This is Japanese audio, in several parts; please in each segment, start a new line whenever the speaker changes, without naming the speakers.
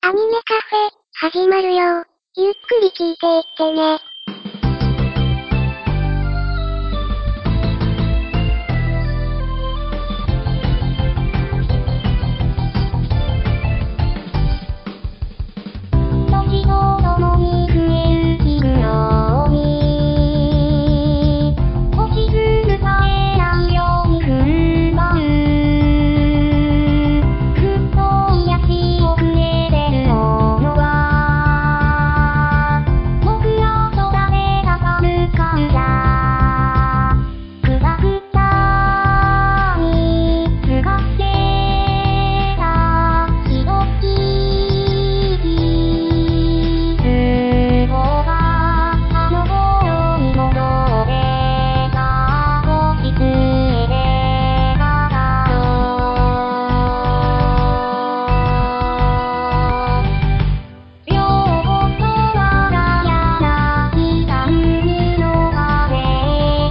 アニメカフェ、始まるよ。ゆっくり聞いていってね。時とともに増える日暮ように落ちずるさえないように踏ん張るふっと癒し遅れてるものは僕らと誰が寒かんだくらくたにすがってたひときりすごがあの頃に戻れた星つえでただろう両言はなやなきた海の風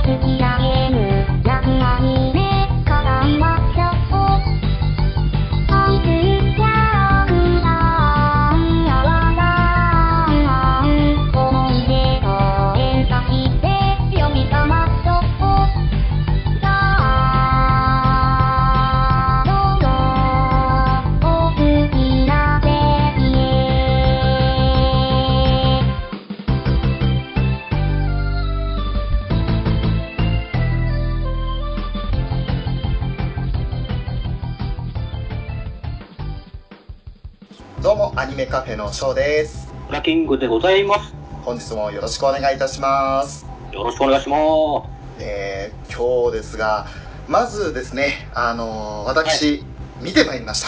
突き上げる泣くアニメか頑張っちゃおう愛するキャラクターやわらん思い出と連鎖して呼び覚まっちゃおうさあどうぞお好きな席へ
どうもアニメカフェのショーです
ラキングでございます。
本日もよろしくお願いいたします
よろしくお願いしま
えー、今日ですがまずですねあのー私、見てまいりまし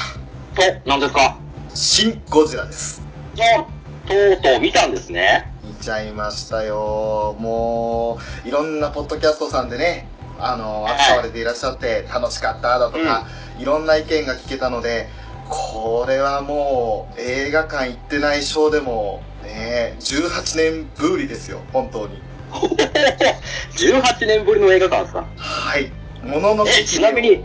た
す。と、なんですか
シン・ゴジラです
と、とうとう見たんですね。
見ちゃいましたよもういろんなポッドキャストさんでねあのー
はい
扱われていらっしゃって楽しかっただとか、いろんな意見が聞けたのでこれはもう映画館行ってないショーでもね18年ぶりですよ本当に
18年ぶりの映画館ですか
はい。もののけ
え、ちなみ
姫
に、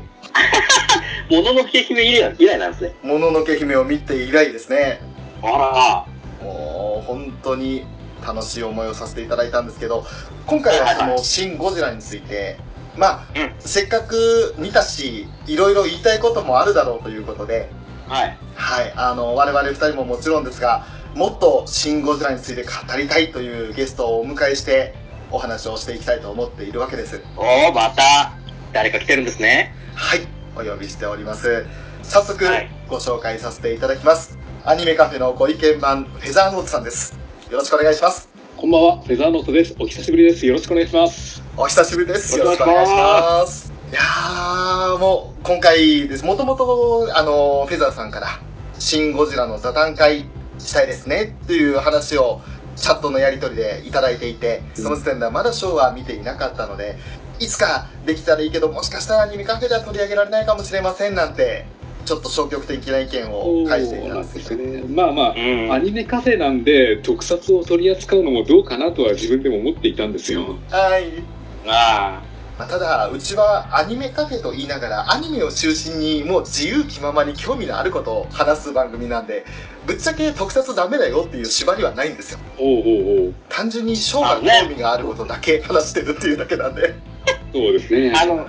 もののけ姫以来以来なんですね。
を、もののけ姫を見て以来ですね。
あ
もう、本当に楽しい思いをさせていただいたんですけど、今回はそ
はいは
の、
い
シン・ゴジラについて、まあ、
ら、うん。
せっかく見たし、いろいろ言いたいこともあるだろうということで、
はい。
はい、あの、我々二人ももちろんですが、もっとシン・ゴジラについて語りたいというゲストをお迎えして、お話をしていきたいと思っているわけです。
おー、また、誰か来てるんですね。
はい、お呼びしております。早速
はい
ご紹介させていただきます。アニメカフェのご意見番フェザーノートさんです。よろしくお願いします。
こんばんは、フェザーノートです。お久しぶりです。よろしくお願いします。
お久しぶりです。よろ
よろ
し
し
く
く
お
お
願
願
いしま
いし
す。いやー、もう今回です。もともと、あの、フェザーさんから、シン・ゴジラの座談会したいですねっていう話をチャットのやり取りでいただいていて、その時点ではまだショーは見ていなかったので、いつかできたらいいけど、もしかしたらアニメカフェでは取り上げられないかもしれませんなんて、ちょっと消極的な意見を返していたんですけど、
ね。まあまあ、
うん
アニメカフェなんで、特撮を取り扱うのもどうかなとは自分でも思っていたんですよ。
はい。
あ
まあ、ただ、うちはアニメカフェと言いながら、アニメを中心にもう自由気ままに興味のあることを話す番組なんで、ぶっちゃけ特撮ダメだよっていう縛りはないんですよ。
おうおうおう。
単純にショーが興味があることだけ話してるっていうだけなんで。
そうですね。
あ、あの、ね、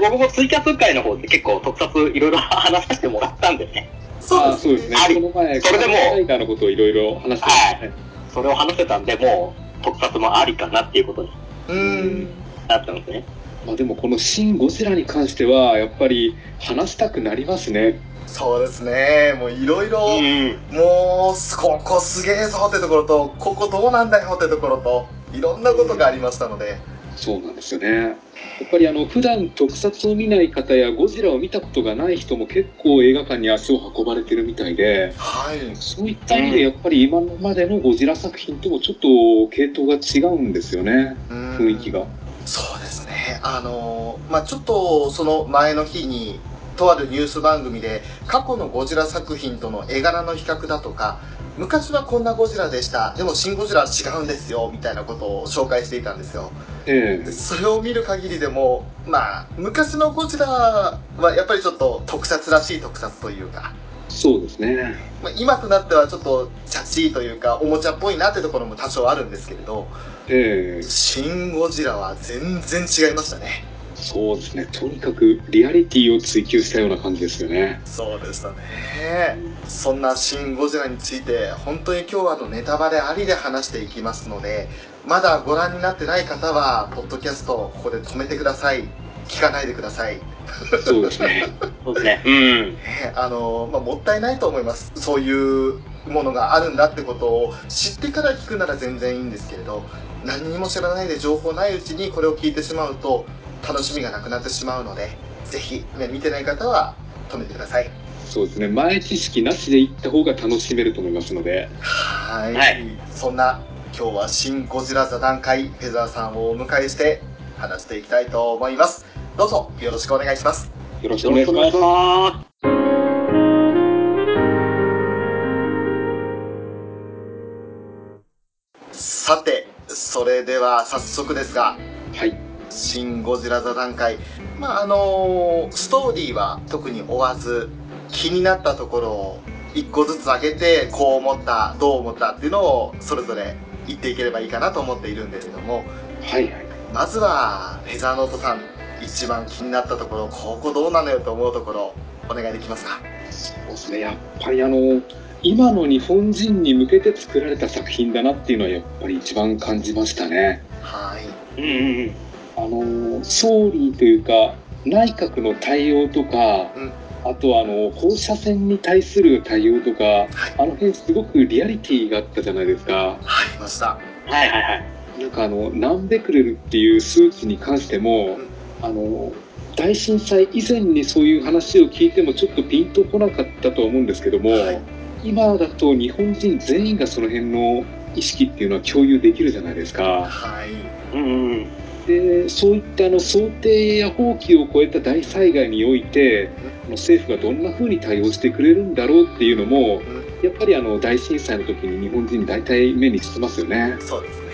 僕もツイキャス会の方で結構特撮いろいろ話させてもらったんでね、
そう
あそうですね。
あり
この前、
それでも
仮面ライダーのことをいろいろ話してまし
それを話せたんで、もう特撮もありかなっていうことに
う
たね。
ん。
なったんですね。
まあでも、このシン・ゴジラに関しては、やっぱり話したくなりますね。
そうですね。もういろいろ、
うん。
もう、ここすげえぞってところと、ここどうなんだよってところと、いろんなことがありましたので。
そうなんですよね。やっぱりあの普段特撮を見ない方やゴジラを見たことがない人も結構映画館に足を運ばれてるみたいで、
はい。
そういった意味でやっぱり今までのゴジラ作品ともちょっと系統が違うんですよね、雰囲気が。
そうですね、あのまあ、ちょっとその前の日に、とあるニュース番組で、過去のゴジラ作品との絵柄の比較だとか、昔はこんなゴジラでした、でも新ゴジラは違うんですよ、みたいなことを紹介していたんですよ。
ええ
それを見る限りでも、まあ、昔のゴジラはやっぱりちょっと特撮らしい特撮というか、
そうですね。
まあ、今となってはちょっとチャチーというかおもちゃっぽいなってところも多少あるんですけれど
ええ
シン・ゴジラは全然違いましたね
そうですね。とにかくリアリティを追求したような感じですよね。
そうでしたねそんなシン・ゴジラについて本当に今日はあのネタバレありで話していきますのでまだご覧になってない方はポッドキャストをここで止めてください聞かないでください
そうですね。
そうですね。うん。
ねあのまあ、もったいないと思いますそういうものがあるんだってことを知ってから聞くなら全然いいんですけれど何にも知らないで情報ないうちにこれを聞いてしまうと楽しみがなくなってしまうのでぜひ、ね、見てない方は止めてください
そうですね。前知識なしで行った方が楽しめると思いますので。
はい
はい
そんな今日は「シン・ゴジラ座談会」フェザーさんをお迎えして話していきたいと思いますどうぞよろしくお願いします
よろしく
よろ
お願
し
い
くお
し
願
ま
いし
す。
ま
さてそれでは早速ですが
はい。
「シン・ゴジラ座談会」まああのストーリーは特に追わず気になったところを一個ずつ上げてこう思ったどう思ったっていうのをそれぞれ言っていければいいかなと思っているんですけども
はいはい。
まずはフェザーノートさん一番気になったところここどうなのよと思うところお願いできますか
そうですね。やっぱりあの、今の日本人に向けて作られた作品だなっていうのはやっぱり一番感じましたね。
はい
す。うんうんうん。
あの、総理というか、内閣の対応とか、
うん
あとはあの放射線に対する対応とか、あの辺すごくリアリティがあったじゃないですか。
入りました
はいはいはい。
なんかあの何ベクレルっていう数値に関しても、
うん
あの大震災以前にそういう話を聞いてもちょっとピンとこなかったとは思うんですけども、
はい
今だと日本人全員がその辺の意識っていうのは共有できるじゃないですか
はい
うんうんうん。
でそういったあの想定や放棄を超えた大災害においてあの政府がどんな風に対応してくれるんだろうっていうのもやっぱりあの大震災の時に日本人大体目につきますよね。
そうですね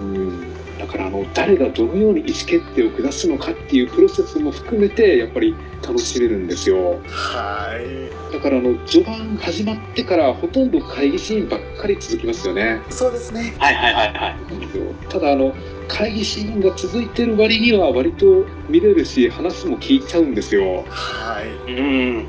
うんだからあの誰がどのように意思決定を下すのかっていうプロセスも含めてやっぱり楽しめるんですよ
はい
だからあの序盤始まってからほとんど会議シーンばっかり続きますよね
そうですね
はいはいはいはい。
ただあの会議シーンが続いてる割には割と見れるし話も聞いちゃうんですよ
はい
うんうん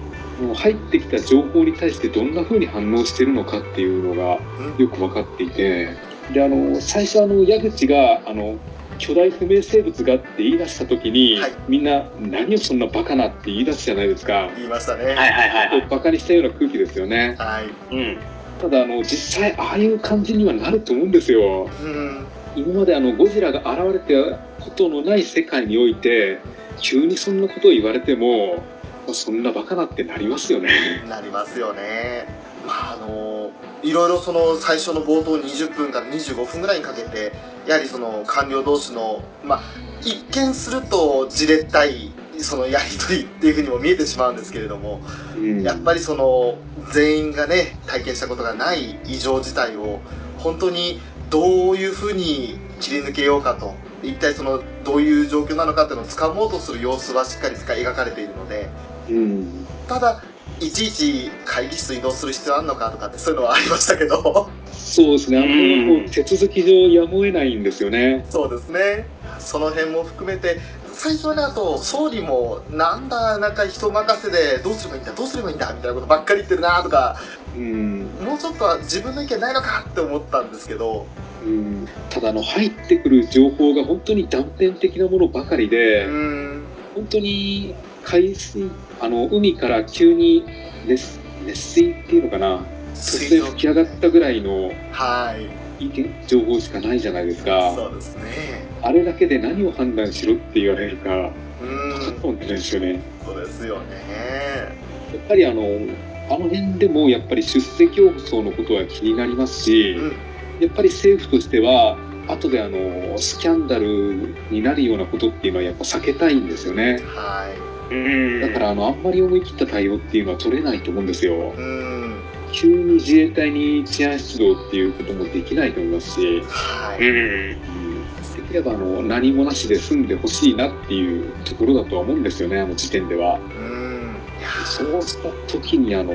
もう入ってきた情報に対してどんな風に反応してるのかっていうのがよく分かっていてであの最初あの矢口があの巨大不明生物がって言い出した時に、
はい
みんな何をそんなバカなって言い出すじゃないですか、
言いました
うん。はい
ね
はいはいはい。
バカにしたような空気ですよね
はい
うん。
ただあの実際ああいう感じにはなると思うんですよ
うん
今まであのゴジラが現れたことのない世界において急にそんなことを言われてもまあそんなバカなってなりますよね
なりますよねまああのいろいろその最初の冒頭20分から25分ぐらいにかけてやはりその官僚同士のまあ一見するとじれったいそのやり取りっていうふうにも見えてしまうんですけれども
うん
やっぱりその全員がね体験したことがない異常事態を本当にどういうふうに切り抜けようかと一体そのどういう状況なのかっていうのを掴もうとする様子はしっかり描かれているので
うん
ただいちいち会議室移動する必要あんのかとかってそういうのはありましたけど
そうですねあの辺はこう手続き上やむを得ないんですよね
そうですねその辺も含めて最初はねあと総理もなんだなんか人任せでどうすればいいんだどうすればいいんだみたいなことばっかり言ってるなとか
うん
もうちょっとは自分の意見ないのかって思ったんですけど
うんただあの入ってくる情報が本当に断片的なものばかり
う
で、
ーん
本当に海水あの海から急に熱熱水っていうのかな突然吹き上がったぐらいの
はい
意見情報しかないじゃないですか
そうですね
あれだけで何を判断しろって言われるか
う
分
ん
かんないですよね
そうですよね
やっぱりあのあの辺でもやっぱり出世競争のことは気になりますし、
うん
やっぱり政府としては後であのスキャンダルになるようなことっていうのはやっぱ避けたいんですよね
は
うん。
だからあのあんまり思い切った対応っていうのは取れないと思うんですよ
いうん
急に自衛隊に治安出動っていうこともできないと思いますし、
は
う
い
ん。
できればあの何もなしで済んでほしいなっていうところだとは思うんですよねあの時点では
うんいや
そそうした時にあの、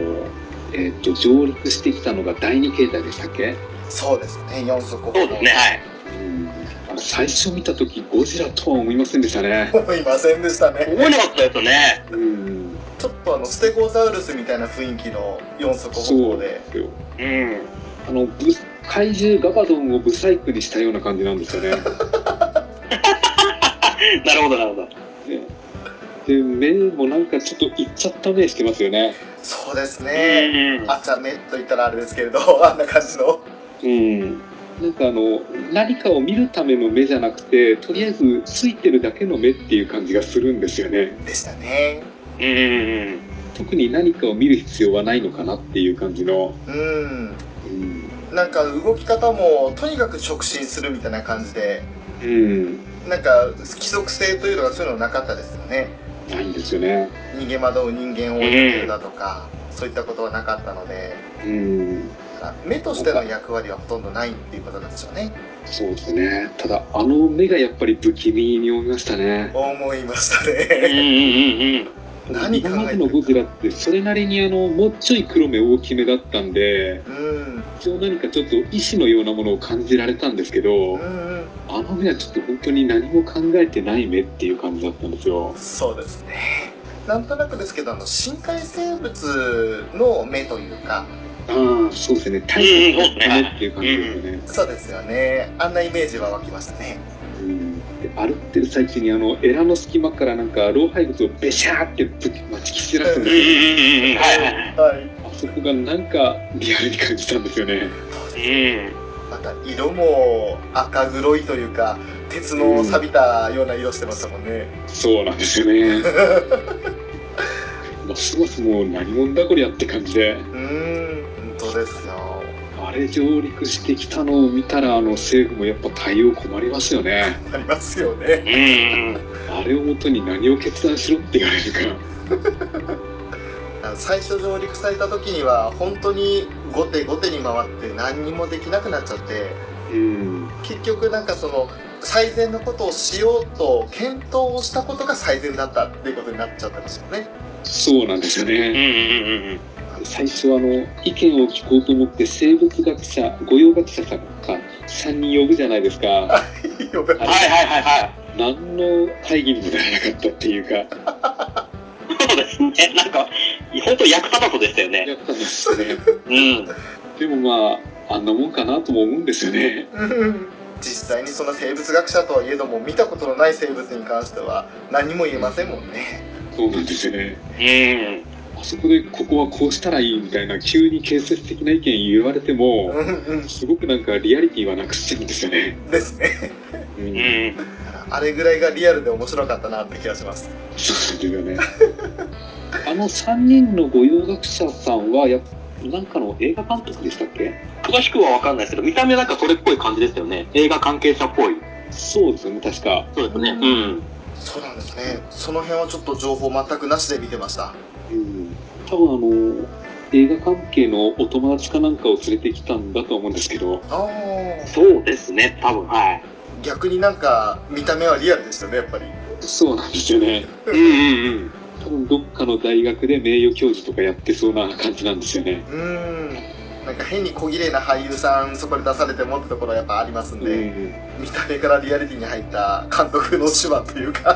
えー、と上陸してきたのが第二形態でしたっけ、
そうですね、四足歩行。
そうですね、はい。
うん、あの最初見た時ゴジラとは思いませんでしたね。
思いませんでしたね。
思いなかったですね。
うん、
ちょっとあの、ステゴザウルスみたいな雰囲気の四足歩
そ
行
う
で
で。すよ
うん。
あのぶ怪獣ガバドンをブサイクにしたような感じなんですよね。
なるほど、なるほど。
ねで目もなんかちょっといっちゃった目してますよね。
そうですね。
うん。
あっちゃめと言ったらあれですけれど、あんな感じの。
うん、なんかあの何かを見るための目じゃなくてとりあえずついてるだけの目っていう感じがするんですよね
でしたね。
うん。
特に何かを見る必要はないのかなっていう感じの、
うん。
うん
なんか動き方も、とにかく直進するみたいな感じで、
うん、
なんか、規則性というのがそういうのなかったですよね。
ないんですよね、
逃げ惑う人間を追いかけるだとか、そういったことはなかったので、
うん、
だから目としての役割はほとんどないっていうことなんでしょうね。
そうですねただあの目がやっぱり不気味に思いましたね
思いました
うん。う
ね。
ん。うん。
何考えてる
今までのゴジラってそれなりにあのもうちょい黒目大きめだったんで
うん。
一応何かちょっと意志のようなものを感じられたんですけど、
うんうん。
あの目はちょっと本当に何も考えてない目っていう感じだったんですよ。
そうですね。なんとなくですけど、あの、深海生物の目というか、
ああ、そうですね。大
うんうん
切な目っていう感じですよね。
そうですよね。あんなイメージは湧きましたね。
うんで歩ってる最中にあのエラの隙間からなんか老廃物をベシャーってぶちまき散らすん
う
で
ん。
すよ。
うん。うん。はい。はい。
はい。
あそこがなんかリアルに感じたんですよね。
うん。
また、色も赤黒いというか、鉄の錆びたような色してましたもんね。
そうなんですよ ね。ますますもう何者だこりゃって感じで。
うーん、本当ですよ。
あれ上陸してきたのを見たらあの政府もやっぱ対応困りますよね。
ありますよね。
うん。
あれをもとに何を決断しろって言われるから。
あの最初上陸された時には本当に後手後手に回って何にもできなくなっちゃって
うん、
結局なんかその最善のことをしようと検討をしたことが最善だったっていうことになっちゃったんですよね
そうなんですよ
うん。う
ね。
ん。
最初はあの意見を聞こうと思って生物学者、御用学者さんか3人呼ぶじゃないですか。
呼べ
はい。はい。はい。はい。
何の会議にもならなかったっていうか、
そうですね。なんか、本当役立たそうでしたよね。
やったんですよね。
うん。
でもまああんなもんかなとも思うんですよね。
うん実際にそんな生物学者とはいえども見たことのない生物に関しては何も言えませんもんね
そうなんですよね。
うん。
あそこでここはこうしたらいいみたいな急に建設的な意見言われて
う
も、
んう
すごくなんかリアリティはなくしちゃうんですよね。
んですね
う
うんん。
あれぐらいがリアルで面白かったなって気がします
そうですよね。あの3人の御用学者さんはやっなんかの映画監督でしたっけ
詳しくは分かんないですけど、見た目なんかそれっぽい感じですよね。映画関係者っぽい。
そうですよね確か、
そうですね。
うん
うん。
そうなんですねその辺はちょっと情報全くなしで見てました
うん、多分あの映画関係のお友達かなんかを連れてきたんだと思うんですけど
ああ
そうですね、多分はい。
逆になんか見た目はリアルでしたねやっぱり
そうなんですよね
うんうんうん。
多分どっかの大学で名誉教授とかやってそうな感じなんですよね
うーんなんか変に小綺麗な俳優さんそこで出されてもってところはやっぱありますん
う
で、
ん
見た目からリアリティに入った監督の手腕という か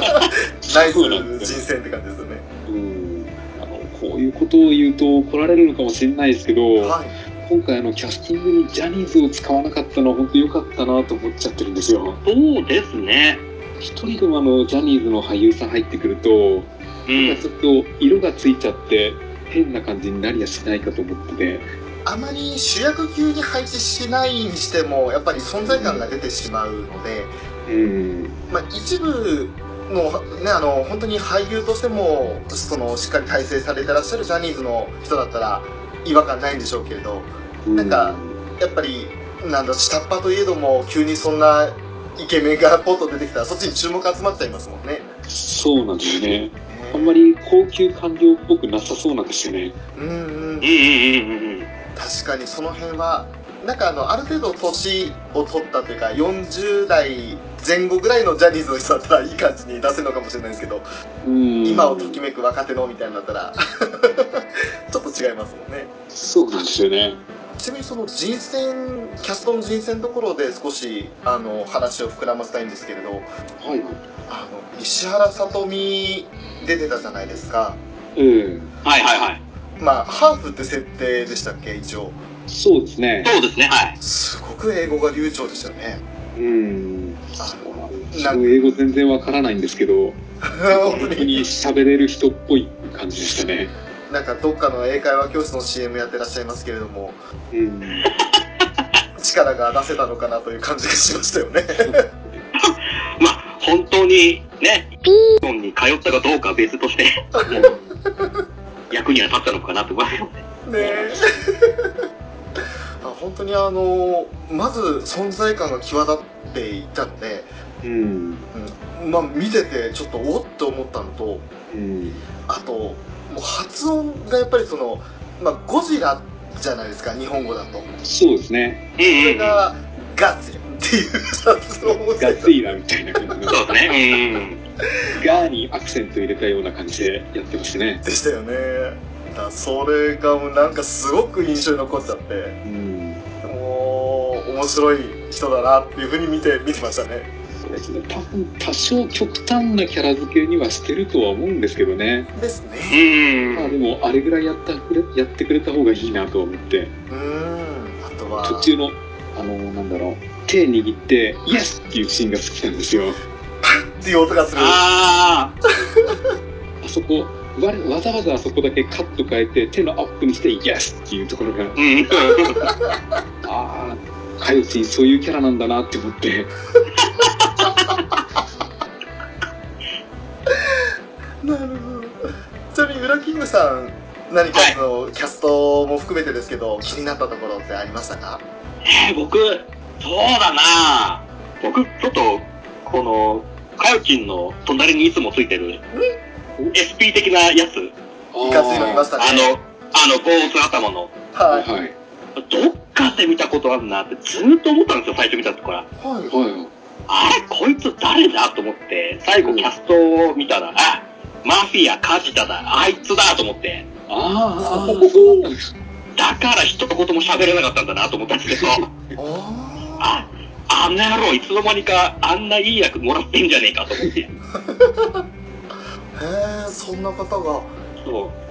ナイス
そうなん
人
です
選
よ
って感じですよね
うんあのこういうことを言うと怒られるのかもしれないですけど、
はい
今回あのキャスティングにジャニーズを使わなかったのは本当良かったなと思っちゃってるんですよ
そうですね。
一人でもあのジャニーズの俳優さん入ってくると、
う
なんか
ん。
ちょっと色がついちゃって変な感じになりやしないかと思ってて
あまり主役級に配置しないにしてもやっぱり存在感が出てしまうので、
うん
まあ、一部の,、ね、あの本当に俳優としてもそのしっかり体制されてらっしゃるジャニーズの人だったら違和感ないんでしょうけれどなんかやっぱりなんだ下っ端といえども急にそんなイケメンがポッと出てきたらそっちに注目集まっちゃいますもんね
そうなんですよねあんまり高級官僚っぽくなさそうなんですよね
うんうん
うんうんうんうん。
確かにその辺はなんかあのある程度年を取ったというか40代前後ぐらいのジャニーズの人だったらいい感じに出せるのかもしれないですけど、
うん
今をときめく若手のみたいになったら ちょっと違いますもんね
そうなんですよね。
ちなみにその人選キャストの人選のところで少しあの話を膨らませたいんですけれど
はい。
あの石原さとみ出てたじゃないですか
ええ
はいはいはい。
まあハーフって設定でしたっけ一応
そうですね。
そうですね、はい。
すごく英語が流暢でしたよね
うん。
あの
僕も英語全然わからないんですけど、
本
本
当
当
に
に喋れる人っぽい感じでしたね。
なんかどっかの英会話教室の CM やってらっしゃいますけれども
うん。
力が出せたのかなという感じがしましたよね
まあ、本当にね、日本に通ったかどうかは別として、役には立ったのかなと思います。
ね えあ本当にあのまず存在感が際立っていたので、
うん。
うん、まあ見ててちょっとおっと思ったのと
うん。
あともう発音がやっぱりその、まあ、ゴジラじゃないですか日本語だとこ
そうですね。
うんうん
れ
うん。
がガツンっていう発音をして
ガッツイラみたいな感じの。
そうですね。うんうん。
ガーにアクセント入れたような感じでやってましたね。
でしたよねだからそれがもうなんかすごく印象に残っちゃって
うん。
もう面白い人だなっていうふうに見て見てましたね
そうですね。多分多少極端なキャラ付けにはしてるとは思うんですけどね。
です
う
ね
ん
まあでもあれぐらいやったくれやってくれた方がいいなとは思って。
うーんあとは
途中のあのなんだろう手握ってイエスっていうシーンが好きなんですよ
っていう音がする
ああ、
あそこわわざわざあそこだけカット変えて手のアップにしてイエスっていうところが
うん。
ああかよちんそういうキャラなんだなって思って
なるほどちなみにウラキングさん何かそのキャストも含めてですけど気になったところってありましたか
えー僕、そうだな僕、ちょっと、この、かよちんの隣にいつもついてる、SP 的なやつ、
いかついのいましたね
あの、あの、坊主頭の、
あ
はい
ーはい
どっかで見たことあるなってずーっと思ったんですよ、最初見たとこから。
はいはい
はい
あれ、こいつ誰だと思って、最後キャストを見たら、あ、マフィア、カジタだ、あいつだと思って、
あーあーそうなんです
だから一言も喋れなかったんだなと思ったんですけど、
あ
あ、あの野郎、いつの間にかあんないい役もらってんじゃねえかと思って。
ーへえそんな方が
そう。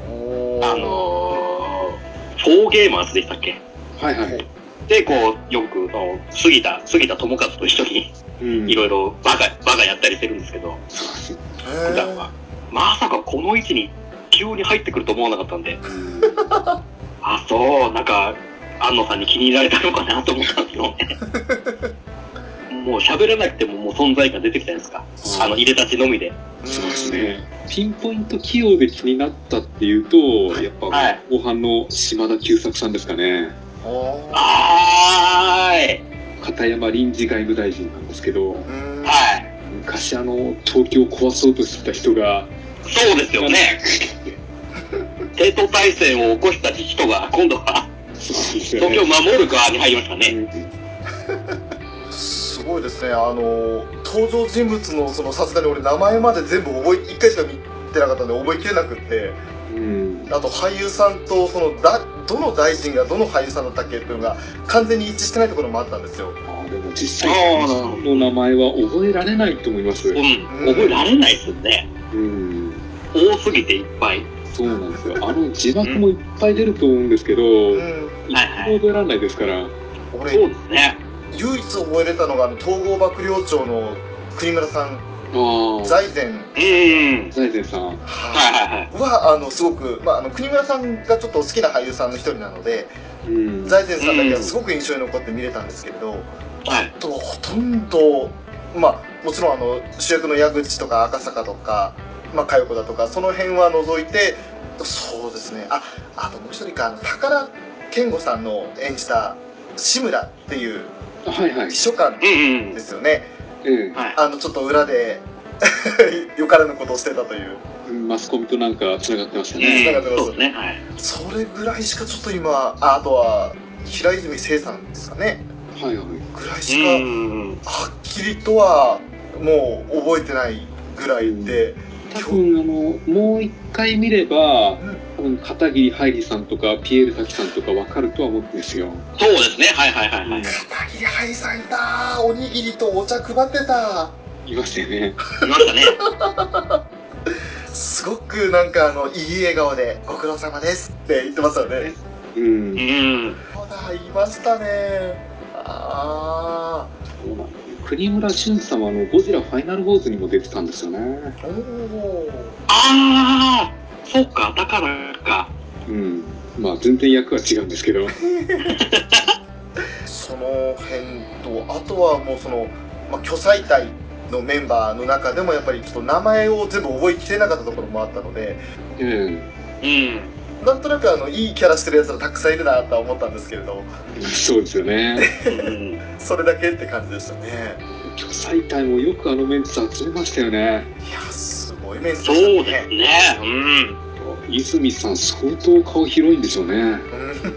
おー
あのー、フォーゲーマーズでしたっけ
はいはい
で、こう、よく、その杉田、杉田智和と一緒に、
うん
いろいろバカ、バカやったりしてるんですけど、
そうですね
へ
普段
ー
は。まさかこの位置に急に入ってくると思わなかったんで、
うん
あ、そう、なんか、安野さんに気に入られたのかなと思ったんですよ。もう喋らなくてももう存在感出てきたじゃないですか。あの、入れたちのみで。
そうですねピンポイント起用で気になったっていうとやっぱ
はい
後半の島田久作さんですかね
おー
はーい。
片山臨時外務大臣なんですけど
うーん
はい。
昔あの東京を壊そうとしてた人が
そうですよね。帝都大戦を起こした人が、今度は、
そうなんですよ
東
ね
京を守る側に入りましたね。
すごいですねあの登場人物のそのさすがに俺名前まで全部覚え一回しか見てなかったんで覚えきれなくって
うん
あと俳優さんとそのだどの大臣がどの俳優さんだったっけっていうのが完全に一致してないところもあったんですよ
あでも実際
あーなるほど
の名前は覚えられないと思います
う。
うん
覚えられないですよね。
ん
多すぎていっぱい。
そうなんですよあの字幕もいっぱい出ると思うんですけど
うん
一個も覚えられないですから
そう
俺
ですね。
唯一覚えれたのがあの統合幕僚長の国村さん
ああ
財前
うん。
財前さん
はい
は
はいはい。
はあのすごく、まあ、あの国村さんがちょっと好きな俳優さんの一人なので
うん
財前さんだけはすごく印象に残って見れたんですけれど、
はい。
とほとんどまあもちろんあの主役の矢口とか赤坂とか、まあ、佳代子だとかその辺は除いてそうですねああともう一人かあの宝健吾さんの演じた志村っていう
はいはい
秘書官
うんうん
で。すよね
え
はい。
あのちょっと裏で よからぬことをしてたという
えマスコミとなんかつながってました
う
ね
ん。そうですね。はい。
それぐらいしかちょっと今ああとは平泉成さんですかね
はいはい
ぐらいしか、
うん。
はっきりとはもう覚えてないぐらいで、
多分あのもう一回見れば多分片桐はいりさんとかピエール滝さんとか分かるとは思うんですよ
そうですね。はいはいはいはい。
片桐はいさんいたーおにぎりとお茶配ってた
いましたよね
いましたね。
すごくなんかあのいい笑顔で「ご苦労様です」って言ってますよね
うん
うん。
そうだいましたねあ
そうなんだよ国村俊さんはあのゴジラファイナルウォーズにも出てたんですよね
あおお
ああ、そうか、だからか。
うんまあ全然役は違うんです けど
その辺とあとはもうその、まあ、巨彩隊のメンバーの中でもやっぱりちょっと名前を全部覚えきれなかったところもあったので
うん
うん。
なんとなくあのいいキャラしてるやつらたくさんいるなとは思ったんですけれど
そうですよね
うん
それだけって感じでしたね
巨彩隊もよくあのメンツ集めましたよね
いやすごい面接
そうですね。うん。
泉さん相当顔広いんでしょうね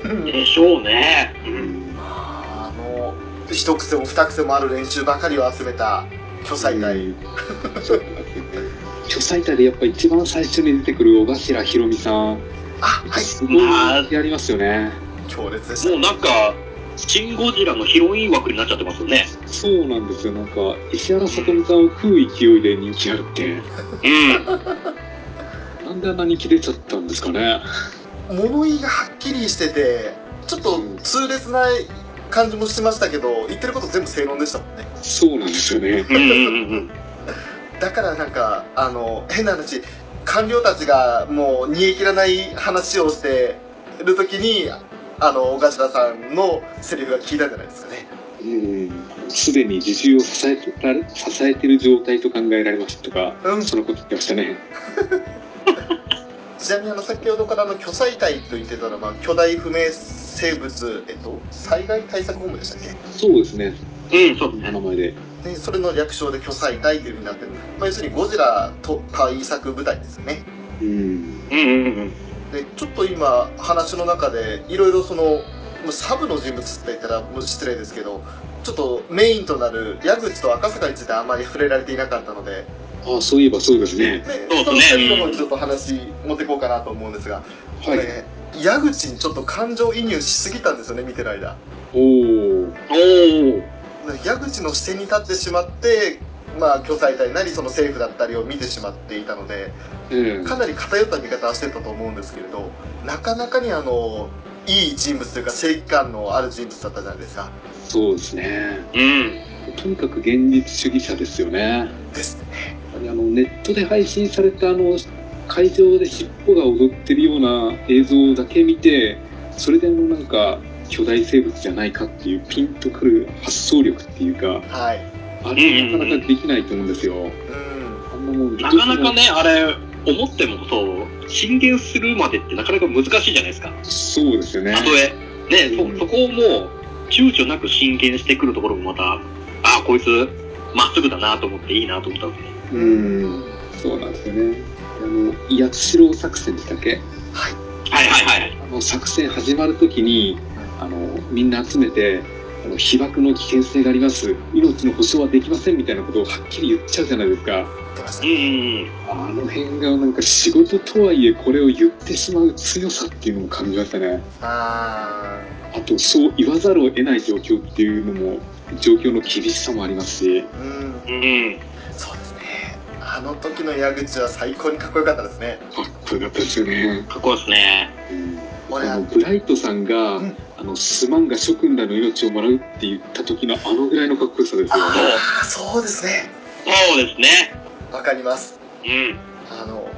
うん
でしょうね。うん。
あの一癖も二癖もある練習ばかりを集めた巨彩隊、
うんそうなんですよね巨彩隊でやっぱ一番最初に出てくる小頭ひろみさん
あはい
すごい人気ありますよね
強烈でし
もうなんか、シン・ゴジラのヒロイン枠になっちゃってますよね。
そうなんですよなんか石原さとみさんを食う勢いで人気あるって
うん。
なんであんな人気出ちゃったんですかね
た物言いがはっきりしててちょっと痛烈な感じもしましたけど言ってること全部正論でしたもんね
そうなんですよね
うんうんうん
だからなんかあの変な話官僚たちがもう煮え切らない話をしてる時にあの小頭さんのセリフが聞いたんじゃないですかね
うんすでに自重を支えてられ支えてる状態と考えられますとか
うん
そのこと言ってましたね
ちなみにあの先ほどからあの巨災隊と言ってたのは、まあ、巨大不明生物、えっと、災害対策本部でしたっけ
そうですね
うん。うん、そうです
あ
ね。
の名前で
でそれの略称で巨災隊というふうになってる、まあ、要するにゴジラと対策部隊ですね
うん
うんうんうん。
でちょっと今話の中でいろいろそのもうサブの人物って言ったらもう失礼ですけどちょっとメインとなる矢口と赤坂についてあんまり触れられていなかったので、
あそういえばそうです
ね
ね
ね
その2人の方にちょっと話持っていこうかなと思うんですが、
はい、
ね矢口にちょっと感情移入しすぎたんですよね見てる間。
おお
おー。
矢口の視点に立ってしまって、まあ、巨彩隊なりその政府だったりを見てしまっていたので
ええ
かなり偏った見方はしてたと思うんですけれどなかなかにあのいい人物というか正義感のある人物だったじゃないですか
そうですね
うん。
とにかく現実主義者ですよね
です
あのネットで配信されたあの会場で尻尾が踊ってるような映像だけ見てそれであのなんか巨大生物じゃないかっていうピンとくる発想力っていうか
はい
あれなかなかできないと思うんですよ
うん
あんなもん
なかなかね、あれ、思ってもそう、進言するまでってなかなか難しいじゃないですか。
そうですよね
たとえ。ね、
うん
そ、そこをもう、躊躇なく進言してくるところもまた、あーこいつ、まっすぐだなと思っていいなと思ったんですね。
うんそうなんですよねあの八代作戦でしたっけ
はい
はいはいはい。
あの作戦始まるときにあのみんな集めてあの被爆の危険性があります命の保証はできませんみたいなことをはっきり言っちゃうじゃないですか
出ました
うん
あの辺がなんか仕事とはいえこれを言ってしまう強さっていうのも感じましたね
あ
あとそう言わざるを得ない状況っていうのも状況の厳しさもありますし
ーうん
うんうん。うん。
そうですねあの時の矢口は最高にかっこよかったですね
かっこよかったですよね、
かっこいいですね。
うん
俺
あ
は
のブライトさんが、
うん
あのすまんが諸君らの命をもらうって言った時のあのぐらいのかっこよさですよね
ああそうですね
そうですね。
わかります
うん。
あの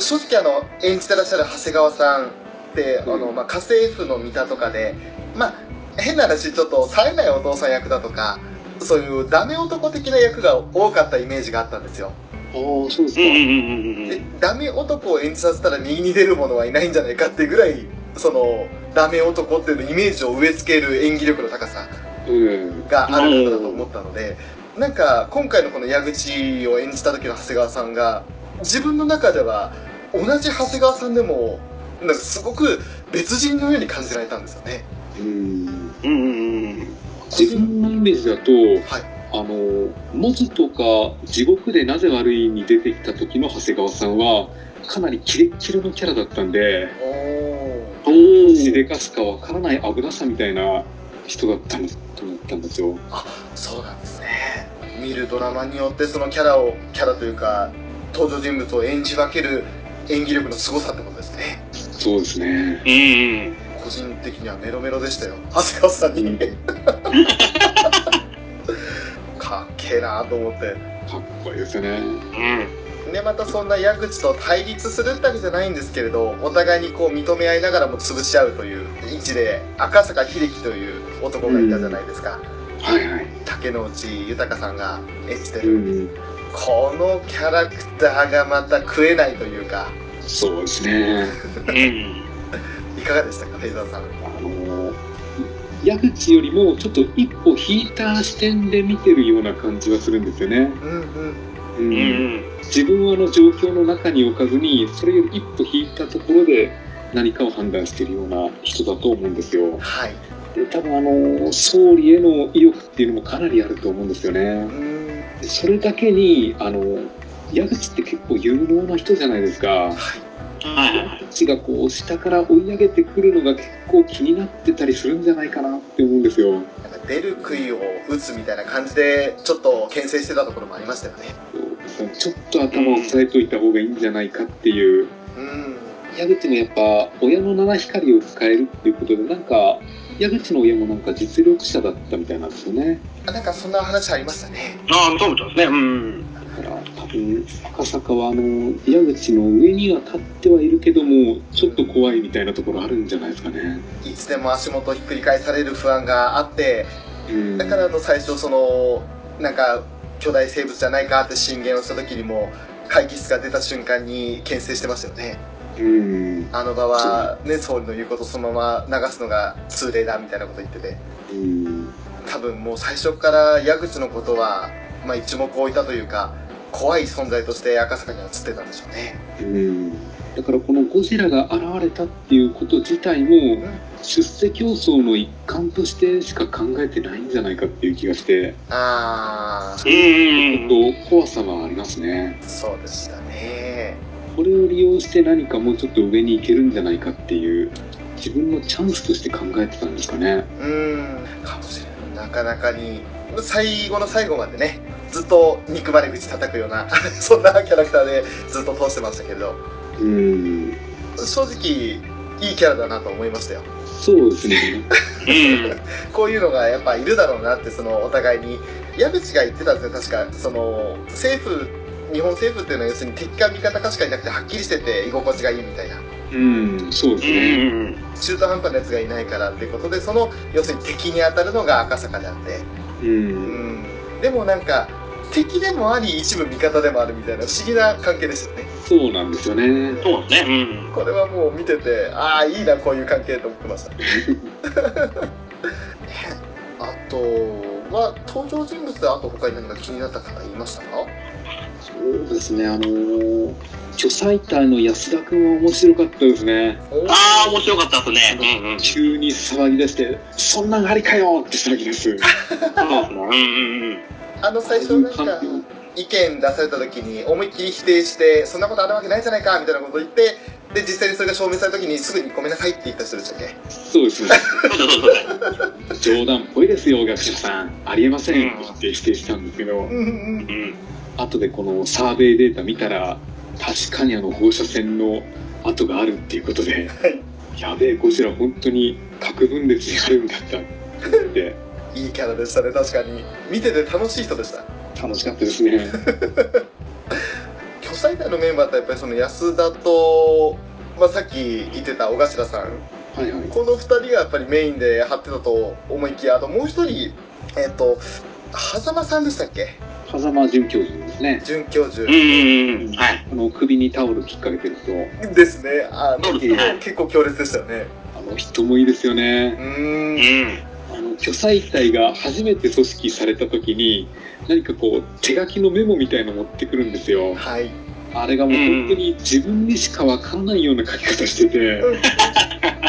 正直あの演じてらっしゃる長谷川さんって、
うん
あのまあ、家政婦の三田とかで、まあ、変な話ちょっと冴えないお父さん役だとかそういうダメ男的な役が多かったイメージがあったんですよ
ああそうです
う
か、
んうんうんうんう
で
ん。
ダメ男を演じさせたら右に出る者はいないんじゃないかっていうぐらいそのダメ男っていうイメージを植え付ける演技力の高さ
うん
がある方だと思ったので、なんか今回のこの矢口を演じた時の長谷川さんが自分の中では同じ長谷川さんでもなんかすごく別人のように感じられたんですよね
うん
うんうんうんうん。
自分のイメージだと
はい
あのモズとか地獄でなぜ悪いに出てきた時の長谷川さんはかなりキレッキレのキャラだったんで
おお
お
し
ー
でかすかわからない危なさみたいな人だったんですと思ったんですよ。
そうなんですね見るドラマによってそのキャラをキャラというか登場人物を演じ分ける演技力の凄さってことですね
そうですね。
うんうん。
個人的にはメロメロでしたよ長谷川さんに、
うん
かっけえなと思って
かっこいいですよね。
うん。
でまたそんな矢口と対立するってわけじゃないんですけれどお互いにこう認め合いながらも潰し合うという位置で赤坂秀樹という男がいたじゃないですか、
はいはい。
竹野内豊さんが演じて
う
る、
ん。
このキャラクターがまた食えないというか
そうですね。
うん。
いかがでしたかフェイザーさんう
あの矢口よりもちょっと一歩引いた視点で見てるような感じはするんですよね。
んうん
う、
うんん。
自分はあの状況の中に置かずにそれより一歩引いたところで何かを判断しているような人だと思うんですよ。
はい
で多分あの総理への意欲っていうのもかなりあると思うんですよね
う。ん
でそれだけにあの矢口って結構有能な人じゃないですか。
はいはいは
矢
い。
口がこう下から追い上げてくるのが結構気になってたりするんじゃないかなって思うんですよ。
なんか出る杭を打つみたいな感じでちょっと牽制してたところもありましたよね
ちょっと頭を押さえといた方がいいんじゃないかっていう
うん
矢口もやっぱ親の七光を使えるっていうことでなんか矢口の親もなんか実力者だったみたいなんですよね
あなんかそんな話ありましたね
ああ、そうみたいですね。うん。
だから多分赤坂はあの矢口の上には立ってはいるけどもちょっと怖いみたいなところあるんじゃないですかね
いつでも足元ひっくり返される不安があって
うん
だからあの最初そのなんか巨大生物じゃないかって進言をした時にも会議室が出た瞬間に牽制してましたよね
うん
あの場は、ね、総理の言うことそのまま流すのが通例だみたいなこと言ってて
うん
多分もう最初から矢口のことは、まあ、一目置いたというか怖い存在として赤坂には映ってたんでしょうね
うんだからこのゴジラが現れたっていうこと自体も
ん
出世競争の一環としてしか考えてないんじゃないかっていう気がして
ああ
うんうん。
ちょっと怖さがありますね
そうでしたね
これを利用して何かもうちょっと上に行けるんじゃないかっていう自分のチャンスとして考えてたんですかね
うんかもしれないなかなかに最後の最後までねずっと憎まれ口叩くような そんなキャラクターでずっと通してましたけれど
うん
正直いいキャラだなと思いましたよ
そうですね
うん。
こういうのがやっぱいるだろうなってそのお互いに矢口が言ってたんですね確かその政府日本政府っていうのは要するに敵か味方かしかいなくてはっきりしてて居心地がいいみたいな
うんそうですね
うん。
中途半端なやつがいないからっていうことでその要するに敵に当たるのが赤坂であってう
う
んんでもなんか敵でもあり一部味方でもあるみたいな不思議な関係ですよね
そうなんですよね
そうですね。うん。
これはもう見ててああいいなこういう関係と思ってましたねあとは登場人物であと他に何か気になった方いましたか
そうですねあのー巨彩隊の安田君は面白かったですね
おー
ああ、面白かったですね。うんうん。そう
急に騒ぎ出して「そんなんありかよ!」って騒ぎ出す
ですね。うんうんうん。
あの最初なんか意見出された時に思いっきり否定してそんなことあるわけないじゃないかみたいなこと言ってで実際にそれが証明された時にすぐにごめんなさいって言った人でしたっけ
そうですね
そうそうそうそう。
冗談っぽいですよ、学者さん。ありえません
うん
って否定したんですけど、
うんうん
うん。
後でこのサーベイデータ見たら、確かにあの放射線の跡があるっていうことで、
はい
やべえ、こちら本当に核分裂にあるんだったって、
いいキャラでしたね確かに見てて楽しい人でした
楽しかったですね。
巨彩隊のメンバーとやっぱりその安田と、まあ、さっき言ってた小頭さん
はいはい。
この2人がやっぱりメインで張ってたと思いきやあともう1人えっ、と狭間さんでしたっけ
風間准教授ですね。
准教授
うんうんうん。はい。
あの首にタオル引っ掛けてると、
ですねあ
そう
の
ですね
結構強烈でしたよね
あの人もいいですよ
う
ね。
ーん
う
あの巨彩隊が初めて組織された時に、何かこう手書きのメモみたいの持ってくるんですよ。
はい。
あれがもう本当に自分にしかわからないような書き方してて、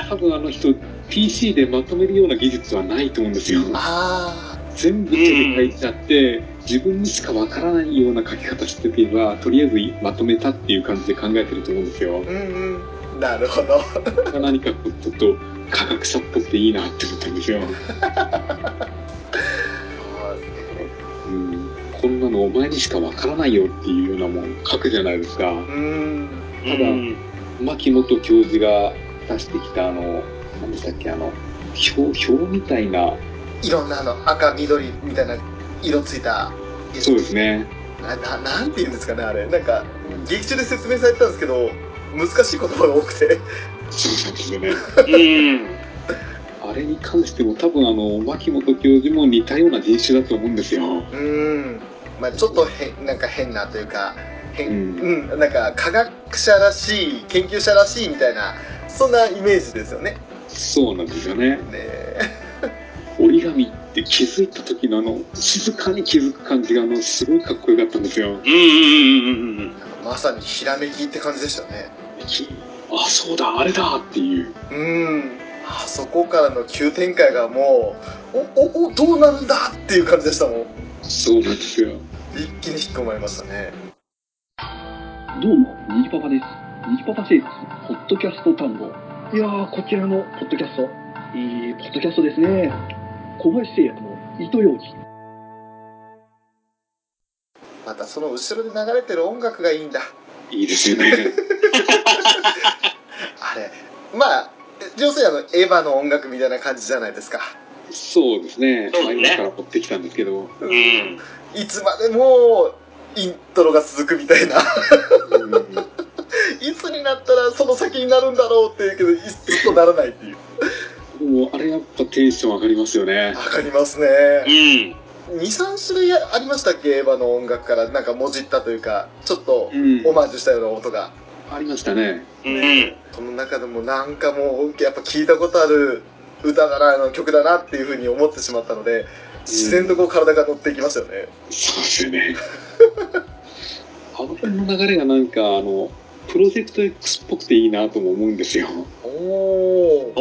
多分あの人 PC でまとめるような技術はないと思うんですよ。
あ
全部手で書いちゃって、自分にしかわからないような書き方してる時は、とりあえずまとめたっていう感じで考えてると思うんです
あ。
よ
うんうんなるほど
何かこうちょっと科学者っぽくていいなって思ったんですよ。うん、こんなのお前にしかわからないよっていうようなもん書くじゃないですか。
うん
ただ
うん
牧本教授が出してきたあの何でしたっけあの表表みたいない
ろんなあの赤緑みたいな色ついた
そうですね
なななんて言うんですかねあれなんか劇中で説明されてたんですけど難しい言葉が多くて
そうなんですよね
うん
あれに関しても多分あの牧本教授も似たような人種だと思うんですよ、
うんまあちょっとへなんか変なというか
う
変
ん、
うんなんか科学者らしい研究者らしいみたいなそんなイメージですよね
そうなんですよね
ねえ
折り紙って気づいた時のあの静かに気づく感じがあのすごいかっこよかったんですよ
うんうんうんうんうん
まさにひらめきって感じでしたよね
きあそうだあれだっていう
うんあそこからの急展開がもうおおおどうなるんだっていう感じでしたもん
そうなんですよ
一気に引き込まれましたね
どうも、にじパパです。にじパパ生活、ポッドキャスト探訪。いやー、こちらのポッドキャスト、いいポッドキャストですね。小林製薬の糸ようじ。
またその後ろで流れてる音楽がいいんだ
いいですよね
あれまあ要するにあのエヴァの音楽みたいな感じじゃないですか
そうですね
そうですね
前から持ってきたんですけど
うんうん
いつまでもイントロが続くみたいないつになったらその先になるんだろうっていうけどいつとならないっていう
もうあれやっぱテンション上がりますよね
わかりますね
うん
23種類ありましたっけエヴァの音楽からなんかもじったというかちょっと
うん
オマージュしたような音が、
ありましたね
うん
その中でもなんかもうやっぱ聞いたことある歌だなあの曲だなっていうふうに思ってしまったので自然とこう体が乗っていきましたよね、
そうですよねあの辺の流れがなんかあのプロジェクト X っぽくていいなとも思うんですよなん
お
お
ー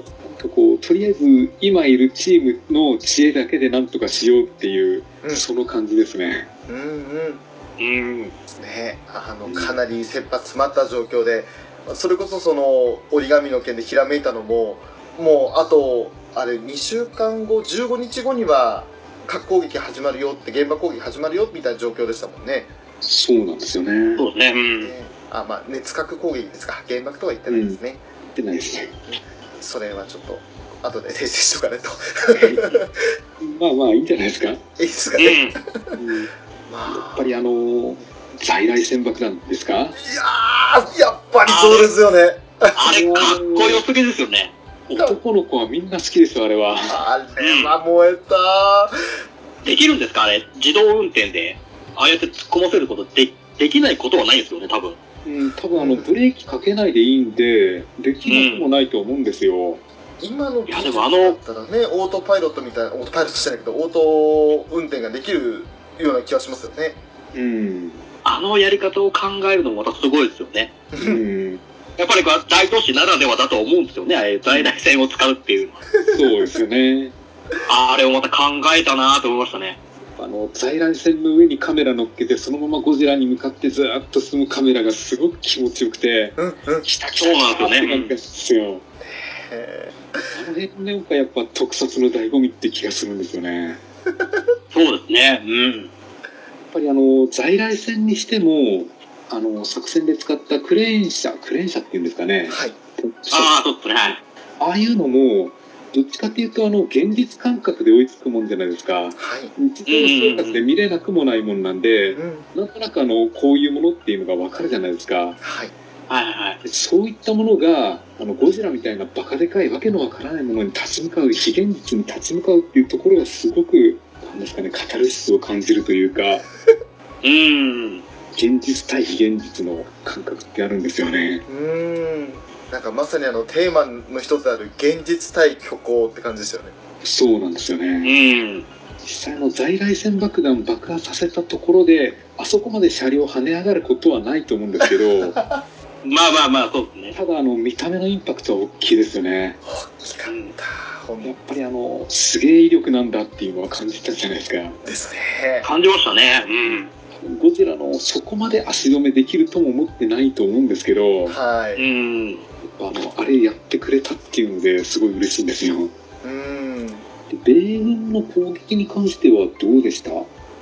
ー
かこうとりあえず今いるチームの知恵だけでなんとかしようっていう、
うん
その感じですね
うんうん
うん
ねあの
うん
かなり切羽詰まった状況でそれこそその折り紙の件でひらめいたのももうあとあれ2週間後15日後には核攻撃始まるよって現場攻撃始まるよみたいな状況でしたもんね
そうなんですよね
そうですねうん
ねあまあ熱核攻撃ですか原爆とは言ってないですね、
ってないですね
それはちょっと後で訂正しとかないと
まあまあいいんじゃないですか、
いいですか
う
ね、
ん
うんや
まあ
っぱりあの在来線爆弾ですか
いやーやっぱりそうですよね
あれかっこよすぎですよね
男の子はみんな好きですよあれは
あれは燃えた
できるんですかあれ自動運転でああやって突っ込ませることでできないことはないですよね多分
うん、多分あのブレーキかけないでいいんで、できなくもないと思うんですよ。
今の技
いやで
術
もあ
だ
の
ったらねオートパイロットみたいなオートパイロットじゃないけどオート運転ができるような気はしますよね
うん。
あのやり方を考えるのもまたすごいですよね
うん、
やっぱりこれは大都市ならではだと思うんですよねああいう在来線を使うっていうのは
そうですよね。
あれをまた考えたなと思いましたね
あの在来線の上にカメラ乗っけて、そのままゴジラに向かってずーっと進むカメラがすごく気持ちよくて、
うんうん
来た来
そうなん
た来
です
た
よ
っ
ね
て感じがするん
え
ですよ。あの辺なんかやっぱ特撮の醍醐味って気がするんですよね。やっ
そうですねうん
ぱりあの在来線にしても、あの作戦で使ったクレーン車、クレーン車っていうんですかね
ー。はい
ああそうですねはい
ああいうのも、どっちかっていうと、あの、現実感覚で追いつくもんじゃないですか。
はい
日常生活で見れなくもないもんなんで
う、ん
なんとなくあの、こういうものっていうのがわかるじゃないですか。
はい
はいはい
そういったものが、あの、ゴジラみたいなバカでかいわけのわからないものに立ち向かう、非現実に立ち向かうっていうところがすごく、なんですかね、カタルシスを感じるというか、
うん
現実対非現実の感覚ってあるんですよね。
うーんなんかまさにあのテーマの一つである現実対虚構って感じですよね
そうなんですよ
う
ね。
ん
実際の在来線爆弾爆破させたところで、あそこまで車両跳ね上がることはないと思うんですけど、
ま あまあまあ、そうですね。
ただあの見た目のインパクトは大きいですよね
大きか
う
っ
ん
た本
やっぱりあのすげえ威力なんだっていうのは感じたじゃないですか
ですね
感じましたね。うん。
ゴジラのそこまで足止めできるとも思ってないと思うんですけどあ
は
う
い
ん。
のあれやってくれたっていうのですごい嬉しいんですよ
うん
で米軍の攻撃に関してはどうでした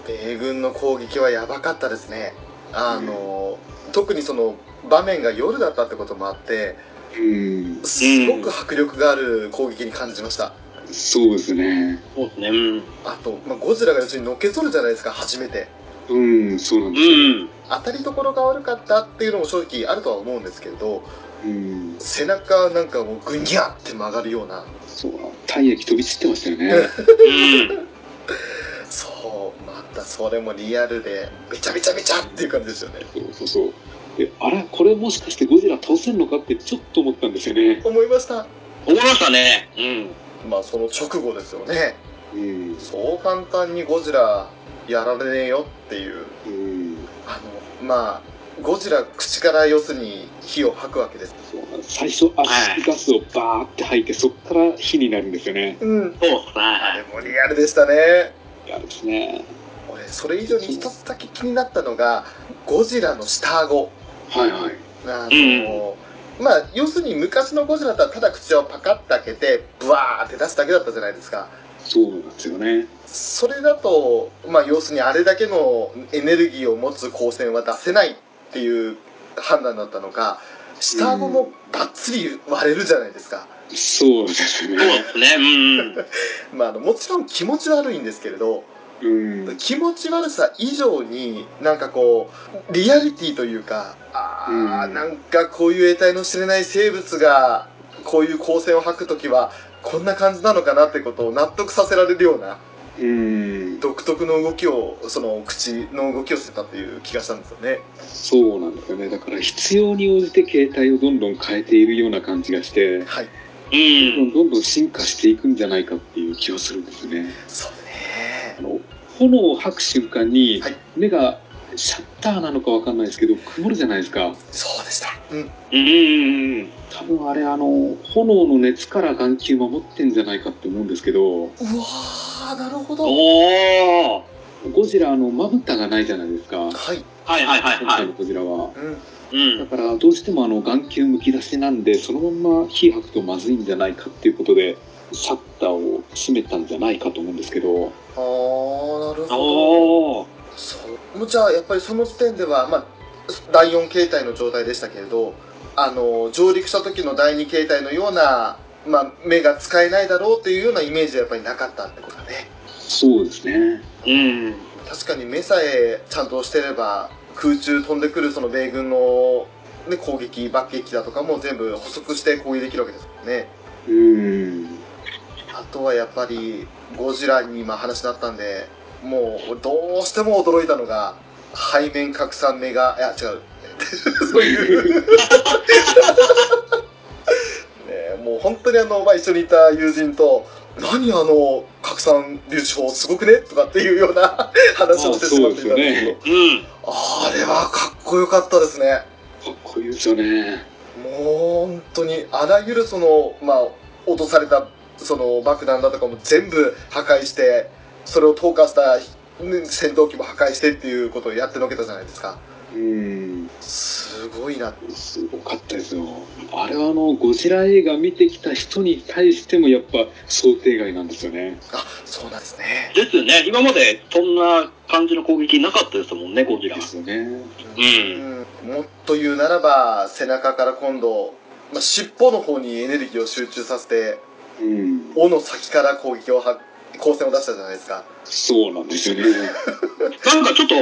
米軍の攻撃はやばかったですねあの、特にその場面が夜だったってこともあって
うん
すごく迫力がある攻撃に感じました、
そうですね
そうですね。うん。
あと、まあ、ゴジラが要するにのけぞるじゃないですか初めて
うんそうなん
う
ですよ、
ん。
当たりどころが悪かったっていうのも正直あるとは思うんですけれど
うん、
背中なんかもうグニャって曲がるような
そう体液飛び散ってましたよね
うん。
そうまたそれもリアルでべちゃべちゃべちゃっていう感じですよね
そうそうそうであらこれもしかしてゴジラ倒せんのかってちょっと思ったんですよね
思いました
思いましたね。うん。
まあその直後ですよね
うん、
そう簡単にゴジラやられねえよっていう
うん、
あのまあゴジラ口から要するに火を吐くわけです
そうなんです最初圧縮ガスをバーって吐いてそこから火になるんですよね
うん
そうです
あれ
ね。
もリアルでしたね
いやですね
俺それ以上に一つだけ気になったのがゴジラの下顎
はいはい
あの、まあ要するに昔のゴジラだったらただ口をパカッと開けてブワーって出すだけだったじゃないですか
そうなんですよね
それだとまあ要するにあれだけのエネルギーを持つ光線は出せないっていう判断だったのか下顎もバッツリ割れるじゃないですか、
そうで
そ
す
う
ね
ですね。うん。
まあ、あのもちろん気持ち悪いんですけれど
うん
気持ち悪さ以上になんかこうリアリティというかあー、
うん
なんかこういう得体の知れない生物がこういう光線を吐く時はこんな感じなのかなってことを納得させられるような
うん
独特の動きをその口の動きをしてたっていう気がしたんですよね
そうなんですよねだから必要に応じて携帯をどんどん変えているような感じがして
はい
どんど
うん
ん。どんどん進化していくんじゃないかっていう気がするんですね
そう
あ
ね
の炎を吐く瞬間に
はい
目がシャッターなのかわかんないですけど曇るじゃないですか
そうでしたうん
うん。
多分あれあの炎の熱から眼球守ってんじゃないかって思うんですけど
うわーなるほどは
おー。
ゴジラあのまぶたがないじゃないですか
い
はいはいはい
今
は
回
い
の。ゴジラは
うん
うん
だ。からどうしてもあの眼球むき出しなんでそのまま火吐くとまずいんじゃないかっていうことでシャッターを閉めたんじゃないかと思うんですけど
あーなるほど
おー。
そうもうじゃあやっぱりその時点では、まあ、第4形態の状態でしたけれどあの上陸した時の第2形態のような、まあ、目が使えないだろうっていうようなイメージはやっぱりなかったってことだね
そうですね
うん。
確かに目さえちゃんとしてれば空中飛んでくるその米軍の、ね、攻撃爆撃だとかも全部捕捉して攻撃できるわけですもんね
うん
あとはやっぱりゴジラに今話になったんでもうどうしても驚いたのが背面拡散メガいや違う そういう ねえもう本当にあの、まあ、一緒にいた友人と「何あの拡散粒子法すごくね?」とかっていうような話をしてしまっていたんですけど
うん。
あれはかっこよかったですね
かっこいいですよね
もう本当にあらゆるその、まあ、落とされたその爆弾だとかも全部破壊してそれを投下したね戦闘機も破壊してっていうことをやってのけたじゃないですか
うん
すごいな
すごかったですよあれはあのゴジラ映画見てきた人に対してもやっぱ想定外なんですよね
あそうなんですね
ですね。今までそんな感じの攻撃なかったですもんね、ゴジラ
で。すよね
うん。
うんもっと言うならば背中から今度、まあ、尻尾の方にエネルギーを集中させて
うん
尾の先から攻撃をは光線を出したじゃないですか
そうなんですよ ね
なんかちょっと、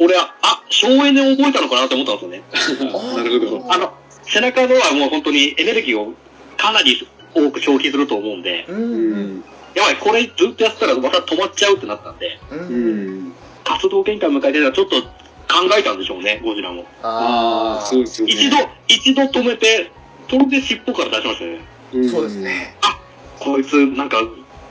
俺は、あ、省エネを覚えたのかなと思ったんですよね。
なるほど
あの、背中のはもう本当にエネルギーをかなり多く消費すると思うんで、
うん
うん
やばい、これずっとやってたらまた止まっちゃうってなったんで、
う
うんん
活動限界を迎えてたらちょっと考えたんでしょうね、ゴジラも。
ああそうですよね
一度、一度止めて、それで尻尾から出しましたよね。
うん
そうですね
こいつ、なんか、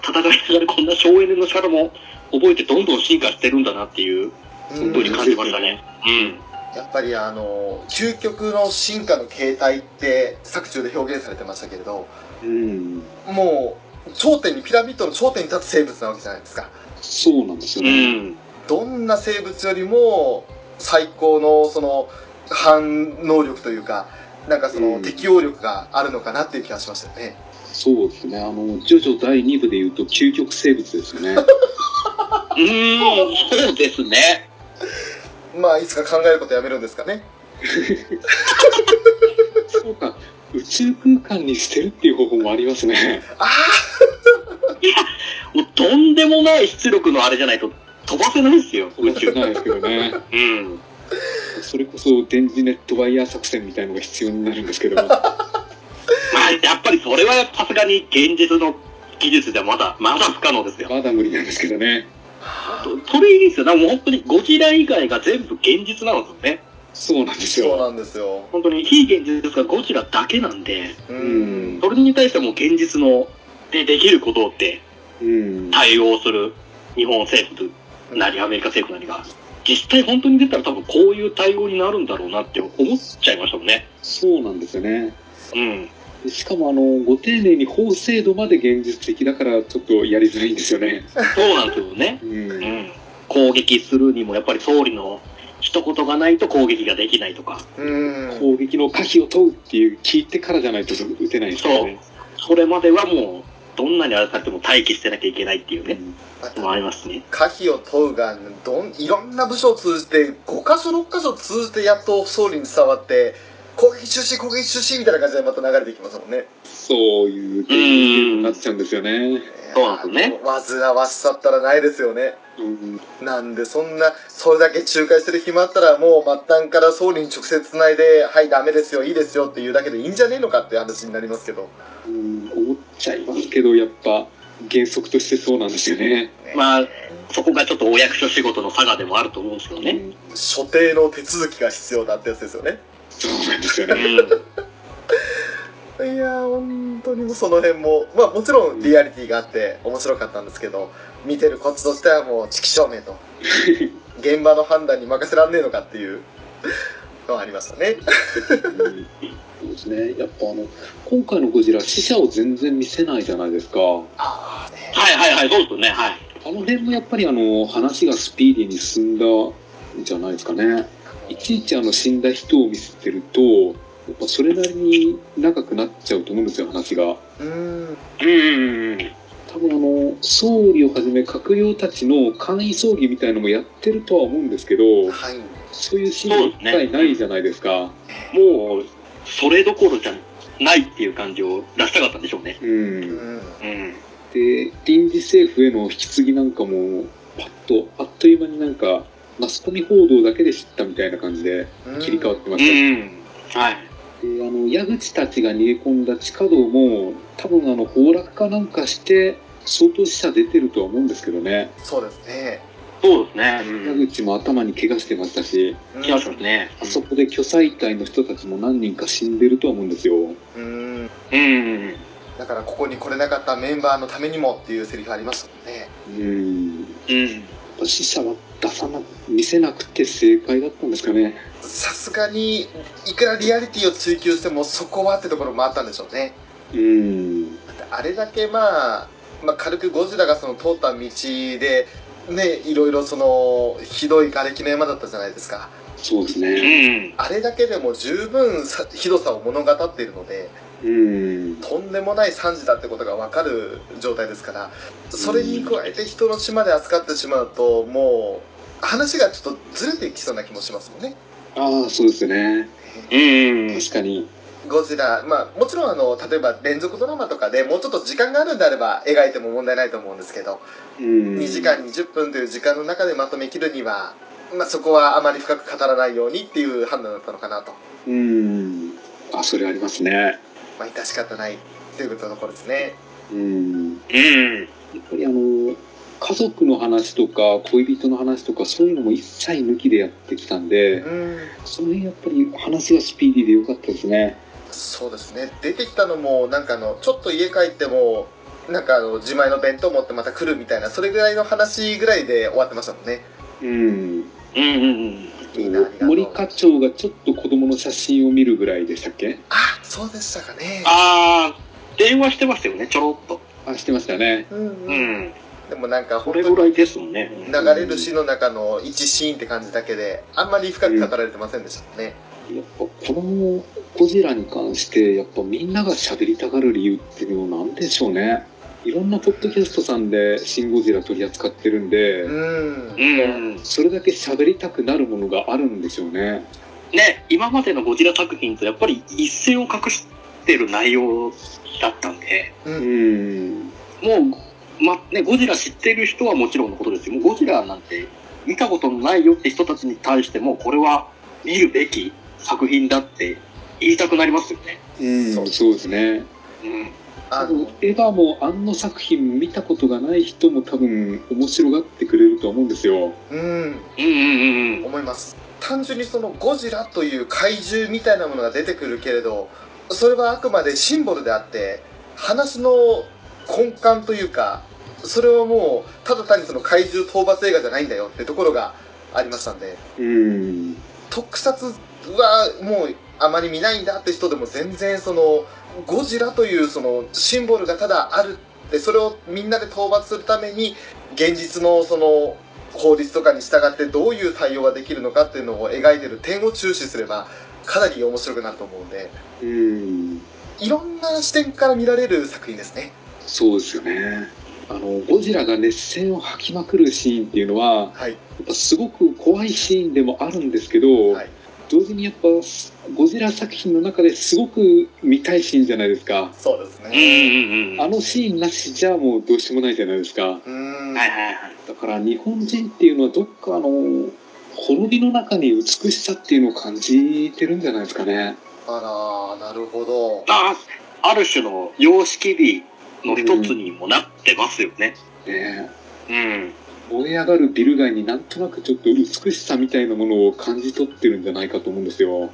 戦いながらこんな省エネの仕方も覚えてどんどん進化してるんだなっていう、
うん
本当に感じましたね。うん。
やっぱりあの究極の進化の形態って作中で表現されてましたけれど
うん、
もう頂点にピラミッドの頂点に立つ生物なわけじゃないですか
そうなんですよ
う
ね。
ん。
どんな生物よりも最高のその反能力というかなんかその
うん
適応力があるのかなっていう気がしましたよね、
そうですね。あの、ジョジョ第2部で言うと究極生物です よね。
うん、そうですね。
まあいつか考えることやめるんですかね
そうか、宇宙空間に捨てるっていう方法もあります ね。
あ
もうとんでもない出力のあれじゃないと飛ばせないですよ、宇
面 白
宙
く。ないですけどね。
うん。
それこそ電磁ネットワイヤー作戦みたいのが必要になるんですけ ど。
まあ、やっぱりそれはさすがに現実の技術ではまだ、まだ不可能ですよ。
まだ無理なんですけどね。
それいいですよ。なんかもう本当にゴジラ以外が全部現実なんですよね。
そうなんです
そう
よ。
なんですよ
本当に非現実ですがゴジラだけなんで、
う
うんん。
それに対してもう現実のでできることって
うん。
対応する日本政府なりアメリカ政府なりが、実際本当に出たら多分こういう対応になるんだろうなって思っちゃいましたもんね。
そうなんですよね。
うん。
でしかもあの、ご丁寧に法制度まで現実的だからちょっとやりづらいんですよね。
そうなんですよね。
う。
うんん。攻撃するにもやっぱり総理の一言がないと攻撃ができないとか、
うん
攻撃の可否を問うっていう聞いてからじゃないと打てないですからね。
それまではもうどんなに荒れされても待機してなきゃいけないっていうね、のもありますね。
可否を問うがどんいろんな部署を通じて5箇所6箇所通じてやっと総理に伝わって攻撃中止攻撃中止みたいな感じでまた流れていきますもんね
そういう現実になっちゃうんですよね。
そうなんですね
煩わしさったらないですよね
うん。
なんでそんなそれだけ仲介してる暇あったらもう末端から総理に直接つないで「はいダメですよいいですよ」って言うだけでいいんじゃねえのかって話になりますけど
うん思っちゃいますけど、やっぱ原則としてそうなんですよね。
まあ、そこがちょっとお役所仕事の差がでもあると思うんですけど
う
ね。
ん
所定の手続きが必要だってやつですよね
そうなんですよ
う
ね。
ん。
いやー本当にもうその辺もまあもちろんリアリティがあって面白かったんですけど見てるコツとしてはもう知識証明 と現場の判断に任せらんねえのかっていうのはありましたね
うんそうですね。やっぱあの、今回のゴジラ、死者を全然見せないじゃないですか。あ
ああね
はいはいはい、そうですよね。はい。
の辺もやっぱりあの、話がスピーディーに進んだんじゃないですかね。いちいちあの、死んだ人を見せてると、やっぱそれなりに長くなっちゃうと思うんですよ、話が。
うーん
うん。
多分あの、総理をはじめ閣僚たちの簡易葬儀みたいのもやってるとは思うんですけど、
はい
そういうシーン一切ないじゃないですか。
もう、それどころじゃないっていう感じを出したかったんでしょうね。
う。
うんん
うん。
で、臨時政府への引き継ぎなんかも、パッと、あっという間になんか、マスコミ報道だけで知ったみたいな感じで
うん
切り替わってま
う
した。
ん。はい。
で、あの、矢口たちが逃げ込んだ地下道も、多分あの、崩落かなんかして、相当死者出てるとは思うんですけどね。
そうですね
そうですね。う
矢
ん。
口も頭に怪我してましたし、
う
来ましたね。
あそこで巨災隊の人たちも何人か死んでるとは思うんですよ。
うん
うん。
だからここに来れなかったメンバーのためにもっていうセリフありましたもんね
うん。
うん。
死者は出さな、見せなくて正解だったんですかね。
さすがにいくらリアリティを追求してもそこはってところもあったんでしょうね
うん。
あれだけまあ、まあ、軽くゴジラがその通った道で、ね、いろいろその、ひどい瓦礫の山だったじゃないですか。
そうです
う
ね。
ん。
あれだけでも十分さひどさを物語っているので、
うん。
とんでもない惨事だってことがわかる状態ですから、それに加えて人の島で扱ってしまうと、もう、話がちょっとずれていきそうな気もしますもんね。
ああ、そうですね。
うん。
確かに。
ゴジラ、まあ、もちろんあの、例えば連続ドラマとかでもうちょっと時間があるんであれば描いても問題ないと思うんですけど、
うん。
2時間20分という時間の中でまとめきるには、まあ、そこはあまり深く語らないようにっていう判断だったのかなと、
うん。あ、それありますね。
まあ、致し方ないということのところですね。
うん。や
うん。
っぱりあの、家族の話とか恋人の話とかそういうのも一切抜きでやってきたんで、
うん
その辺やっぱり話がスピーディーで良かったですね。
そうですね出てきたのもなんかあのちょっと家帰ってもなんかあの自前の弁当持ってまた来るみたいなそれぐらいの話ぐらいで終わってましたもんね
うん。
うん。
いいなありがとう
森課長がちょっと子供の写真を見るぐらいでしたっけ
あそうでしたかね
あー、電話してますよね、ちょろっと。
あしてましたね
うん
う
うん
ん。
でもなんか
こ
本
れ
当
ぐ
に
らいですもんね。
流れる詩の中の一シーンって感じだけであんまり深く語られてませんでしたもんね、
やっぱこのゴジラに関してやっぱみんなが喋りたがる理由っていうのは何でしょうねいろんなポッドキャストさんで「シン・ゴジラ」取り扱ってるんで、
うん
うん。
それだけ喋りたくなるものがあるんでしょうね
ね、今までのゴジラ作品とやっぱり一線を隠してる内容だったんで、
うん
うん
もう、ま、ね、ゴジラ知ってる人はもちろんのことですよ。もうゴジラなんて見たことのないよって人たちに対しても、これは見るべき作品だって言いたくなりますよね。
うん
そう
そうですね
うん。
あ
多分
の
エヴァもあの作品見たことがない人も多分面白がってくれると思うんですよ
うん
うんうんうんうん。
思います単純にそのゴジラという怪獣みたいなものが出てくるけれどそれはあくまでシンボルであって話の根幹というかそれはもうただ単にその怪獣討伐映画じゃないんだよってところがありましたんで
うん
特撮はもうあまり見ないんだって人でも全然そのゴジラというそのシンボルがただあるってそれをみんなで討伐するために現実のその法律とかに従ってどういう対応ができるのかっていうのを描いてる点を注視すればかなり面白くなると思うんで
うん
いろんな視点から見られる作品ですね。
そうですよねあのゴジラが熱戦を吐きまくるシーンっていうのは
はい、
やっぱすごく怖いシーンでもあるんですけど、
はい
同時にやっぱゴジラ作品の中ですごく見たいシーンじゃないですか、
そうです
うん
ね。
うんうん。
あのシーンなしじゃもうどうしようもないじゃないですか
うーん、
はいはいはい。
だから日本人っていうのはどっかあの滅びの中に美しさっていうのを感じてるんじゃないですかね
あら、なるほど。
あある種の様式美の一つにもなってますよね。
ね
うん。
燃え上がるビル街になんとなくちょっと美しさみたいなものを感じ取ってるんじゃないかと思うんですよ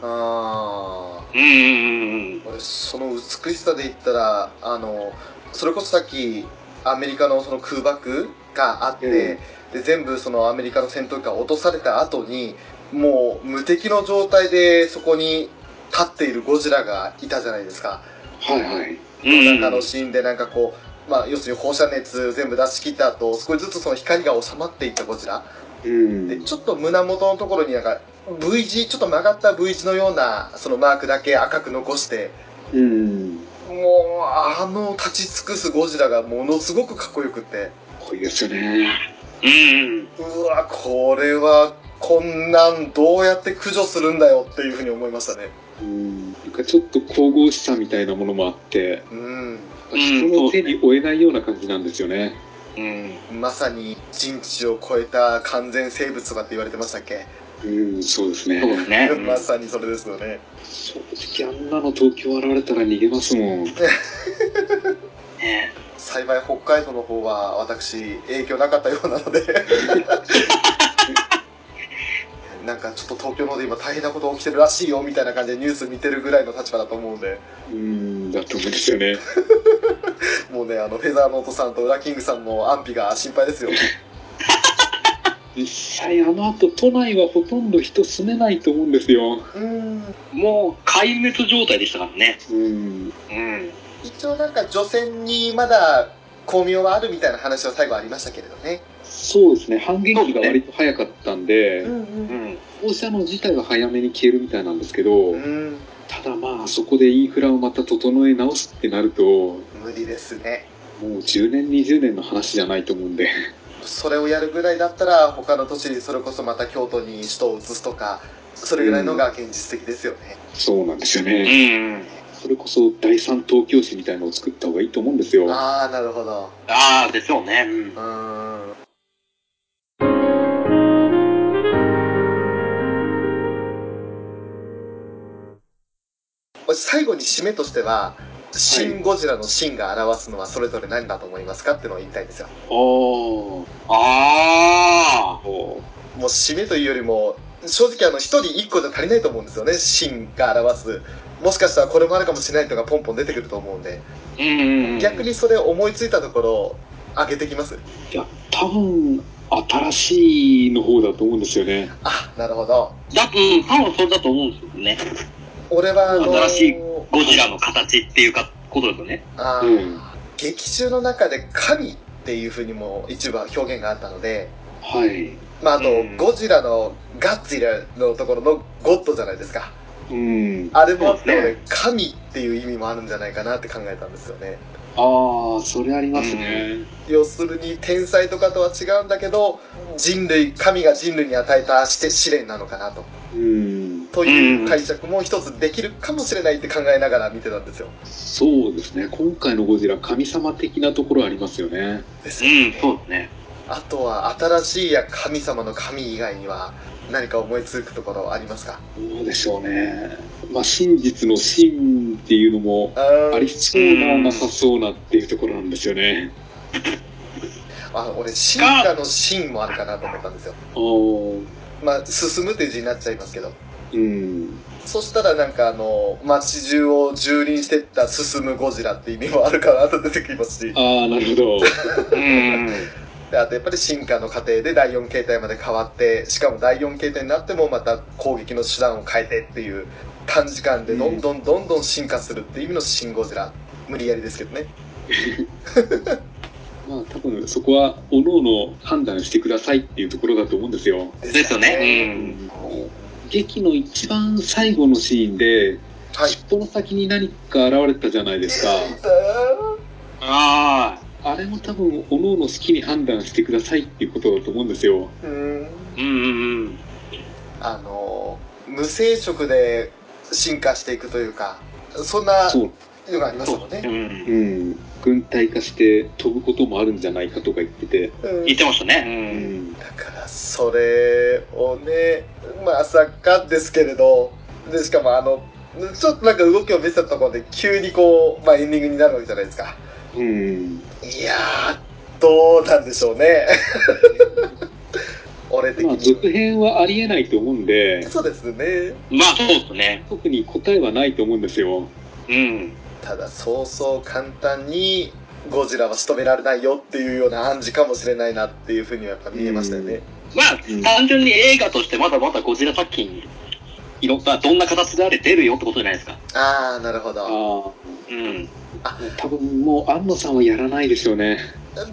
ああ。
うんうんうんうん。
俺その美しさで言ったらあのそれこそさっきアメリカのその空爆があって、
うん
で全部そのアメリカの戦闘機が落とされた後にもう無敵の状態でそこに立っているゴジラがいたじゃないですか、
はいはい
うん
中のシーンでなんかこう、まあ、要するに放射熱全部出し切った後少しずつその光が収まっていったゴジラ
うん
でちょっと胸元のところになんか V 字ちょっと曲がった V 字のようなそのマークだけ赤く残して
うん
もうあの立ち尽くすゴジラがものすごくかっこよくって
濃いですよ
う
ね
んうん。
うわこれはこんなんどうやって駆除するんだよっていうふうに思いましたね
うんなんかちょっと神々しさみたいなものもあって
うん
人の手に負えないような感じなんですよね。
うん。
まさに人知を超えた完全生物とかって言われてましたっけ、
うん、そうです
そうで
ね。
すね。
まさにそれですよね
正直あんなの東京現れたら逃げますもん。
ね
幸い北海道の方は私影響なかったようなのでなんかちょっと東京の方で今大変なこと起きてるらしいよみたいな感じでニュース見てるぐらいの立場だと思うんで
うん、だと思うんですよね。
もうね、あの、フェザーノートさんとウラキングさんの安否が心配ですよ。
実際あの後都内はほとんど人住めないと思うんですよ。
うん。
もう壊滅状態でしたからね。
うん、
うん。
一応なんか、除染にまだ、巧妙はあるみたいな話は最後ありましたけれどね。
そうですね。半減期が割と早かったんで、
ん
ん。
放射能自体は早めに消えるみたいなんですけど、
うん。
ただまああそこでインフラをまた整え直すってなると、も
無理ですね。
う10年20年の話じゃないと思うんで。
それをやるぐらいだったら、他の都市にそれこそまた京都に首都を移すとか、それぐらいのが現実的ですよね。
そうなんですよ
う
ね。
ん。
それこそ第三東京市みたいなのを作った方がいいと思うんですよ。
ああ、なるほど。
ああ、でしょうね。うん
う。ーん。最後に締めとしては「シン・ゴジラ」の「シン」が表すのはそれぞれ何だと思いますかっていうのを言いたいんですよ
お
ああ。
お。
もう締めというよりも正直あの1人1個じゃ足りないと思うんですよね「シン」が表すもしかしたらこれもあるかもしれないとかポンポン出てくると思うんで
うん。
逆。にそれ思いついたところ上げてきます
いや、多分、新しいの方だと思うんですよね。
あ、なるほど。
だ、うん、多分それだと思うんですよね。
俺は、あのー
新しいゴジラの形っていうか、ことですよね。
あ
う
ー
ん。
劇中の中で神っていうふうにも一部は表現があったので、
はい。
まあ、あと
うん、
ゴジラのガッツイラのところのゴッドじゃないですか。
うん。
あれもあったの
そう
で
で、
神っていう意味もあるんじゃないかなって考えたんですよね。
ああ、それありますね。
要するに、天才とかとは違うんだけど、人類、神が人類に与えたして試練なのかなと。
うん。
といううん解釈も一つできるかもしれないって考えながら見てたんですよ。
そうですね。今回のゴジラ、神様的なところありますよね。
です
うん、そうですね。
あとは、新しいや神様の神以外には、何か思いつくところありますか
どうでしょうね。まあ、真実の真っていうのも、あ
あ
りそうな、なさそうなっていうところなんですよね。
あ俺、進化の進もあるかなと思ったんですよ。
ああ、
まあ、進むっていう字になっちゃいますけど。
うん。
そしたらなんかあの、街中を蹂躙してった進むゴジラって意味もあるかなと出てきますし、
ああ、なるほど。
うん。
であとやっぱり進化の過程で第4形態まで変わって、しかも第4形態になってもまた攻撃の手段を変えてっていう短時間でどんどんどんどん進化するっていう意味の新ゴジラ。無理やりですけどね。
まあ、多分そこは、おのおの判断してくださいっていうところだと思うんですよ。
ですよ
う
ね。
ん。劇の一番最後のシーンで、
はい。
尻尾の先に何か現れたじゃないですか。
うん。ああ。
あれも多分、おのおの好きに判断してくださいっていうことだと思うんですよ。
うん
うんうんうん。
あの、無生殖で進化していくというか、そんな
そう。
のがありますもん
う
ね。
ん
う。ん。軍隊化して飛ぶこともあるんじゃないかとか言ってて。
うん
言ってました
う
ね。
ん。
だからそれをねまさかですけれどでしかもあのちょっとなんか動きを見せたところで急にこう、まあ、エンディングになるわけじゃないですか
うん。
いやーどうなんでしょうね 俺的
まあ、
に
続編はありえないと思うんで、
そうですね
うん。まあ、そうですね。
特に答えはないと思うんですよ。
うん。
ただそうそう簡単にゴジラは仕留められないよっていうような暗示かもしれないなっていうふうにはやっぱ見えましたよね
まあ
うん、
単純に映画としてまだまだゴジラ作品、いろんな、どんな形であれ出るよってことじゃないですか。
ああなるほど
あ
うん。
あ、多分もう、安野さんはやらないでしょうね。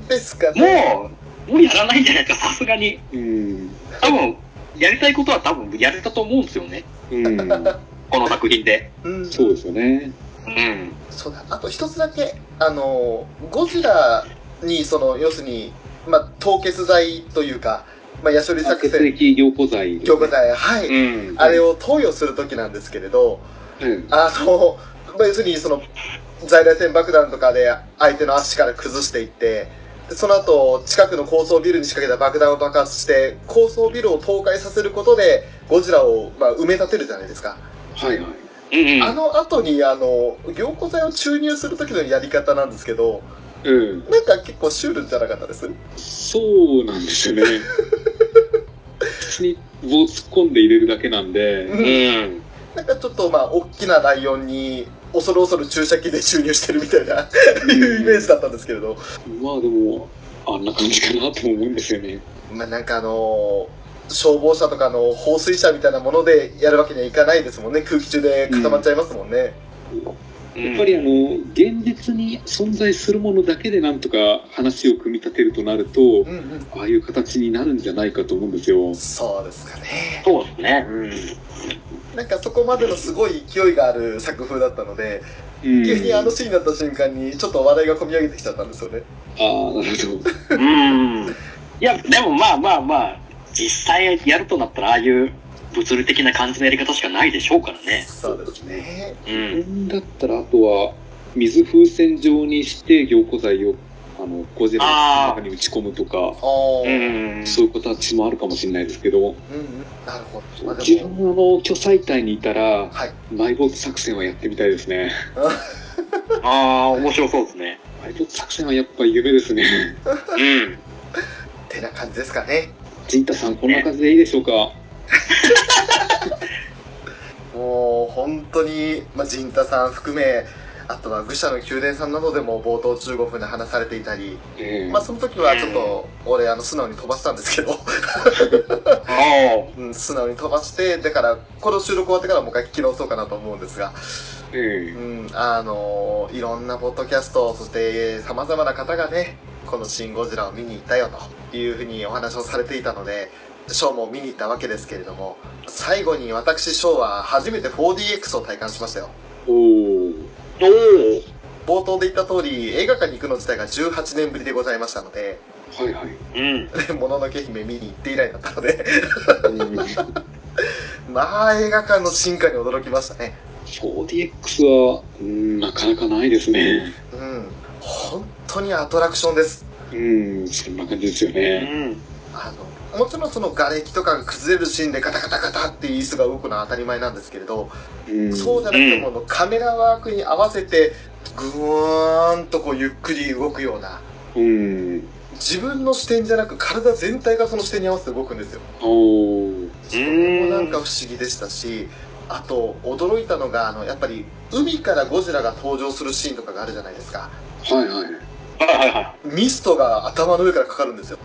ですかね
もう、もうやらないんじゃないですか、さすがに。
うん。
多分、やりたいことは多分やれたと思うんですよね。
うん。
この作品で。
うん
そうですよね。
うん。
そうだあと一つだけあのゴジラにその要するに、まあ、凍結剤というか、まあ、ヤショリ作
血
戦
液凝固剤ですね、
強化剤はい、
うん。
あれを投与する時なんですけれど
うん。
あの、まあ、要するにその在来線爆弾とかで相手の足から崩していってその後近くの高層ビルに仕掛けた爆弾を爆発して高層ビルを倒壊させることでゴジラを、まあ、埋め立てるじゃないですか
はいはい。
うん。
あの後にあの凝固剤を注入する時のやり方なんですけど
うん。
なんか結構シュールじゃなかったです
そうなんですよね。口に棒突っ込んで入れるだけなんで、
うん。
なんかちょっとまあ大きなライオンに恐る恐る注射器で注入してるみたいないうイメージだったんですけれど
まあでも、あんな感じかなとも思うんですよね。
まあなんかあのー消防車とかの放水車みたいなものでやるわけにはいかないですもんね空気中で固まっちゃいますもんね、
やっぱりあの、現実に存在するものだけでなんとか話を組み立てるとなると
う、んうん
ああいう形になるんじゃないかと思うんですよ。
そうですかね
そうですね。うん。
なんかそこまでのすごい勢いがある作風だったので
うん
急にあのシーンになった瞬間にちょっと笑いがこみ上げてきちゃったんですよね
ああ、なるほど。
うん。いや、でもまあまあまあ、実際やるとなったら、ああいう物理的な感じのやり方しかないでしょうからね。
そうですね
うん。
だったら、あとは、水風船状にして凝固剤を、あの、ゴジラの中に打ち込むとか、
ああ、
うん。
そういう形もあるかもしれないですけど、
うんうん、なるほど。まあで
自
も
分あの巨彩隊にいたら、
はい
埋没作戦はやってみたいですね。
ああ、面白そうですね。
埋没作戦はやっぱ夢ですね。
うん。
てな感じですかね。
ジンタさん、こんな感じでいいでしょうか。
もう本当に、まあ、陣太さん含め、あとは愚者の宮殿さんなどでも冒頭15分で話されていたり、
ええ
まあその時はちょっと俺あの素直に飛ばしたんですけど、
ああ。
うん、素直に飛ばして、だからこの収録終わってからもう一回聞き直そうかなと思うんですが、
え
うん、あのいろんなポッドキャスト、そして様々な方がね、このシン・ゴジラを見に行ったよというふうにお話をされていたので、ショーも見に行ったわけですけれども、最後に私、ショーは初めて 4DX を体感しましたよ。
おお
おお。
冒頭で言った通り、映画館に行くの自体が18年ぶりでございましたので、
はいはい
うん。
でもののけ姫見に行って以来だったので、
うん
まあ映画館の進化に驚きましたね。
4DX はうんなかなかないですね
うん、本当にアトラクションです。
うんそんな感じですよ
う
ね
ん。
あのもちろんその瓦礫とかが崩れるシーンでガタガタガタって椅子が動くのは当たり前なんですけれど、
うん
そうじゃなくてもあのカメラワークに合わせてぐーんとこうゆっくり動くような
うん
自分の視点じゃなく体全体がその視点に合わせて動くんですよ
おお
それもなんか不思議でしたしあと驚いたのがあのやっぱり海からゴジラが登場するシーンとかがあるじゃないですか
はいはい
はいはいは
ミストが頭の上からかかるん ですよ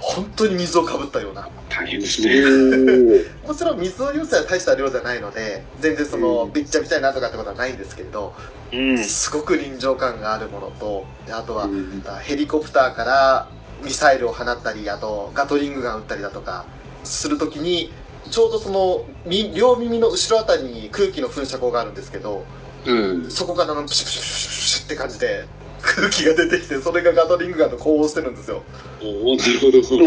本当に水をかぶったような
大変ですね
もちろん水の量自体は大した量じゃないので全然そのびっちゃびちゃになんとかってことはないんですけれど、
い。うん。
すごく臨場感があるものとであとは、
うん
ヘリコプターからミサイルを放ったりあとガトリングガン撃ったりだとかするときにちょうどそのみ両耳の後ろあたりに空気の噴射口があるんですけど
うん
そこからあのプシュプシュプシュプシュって感じで空気が出てきてそれがガトリングガンと呼応してるんですよ
おおなるほど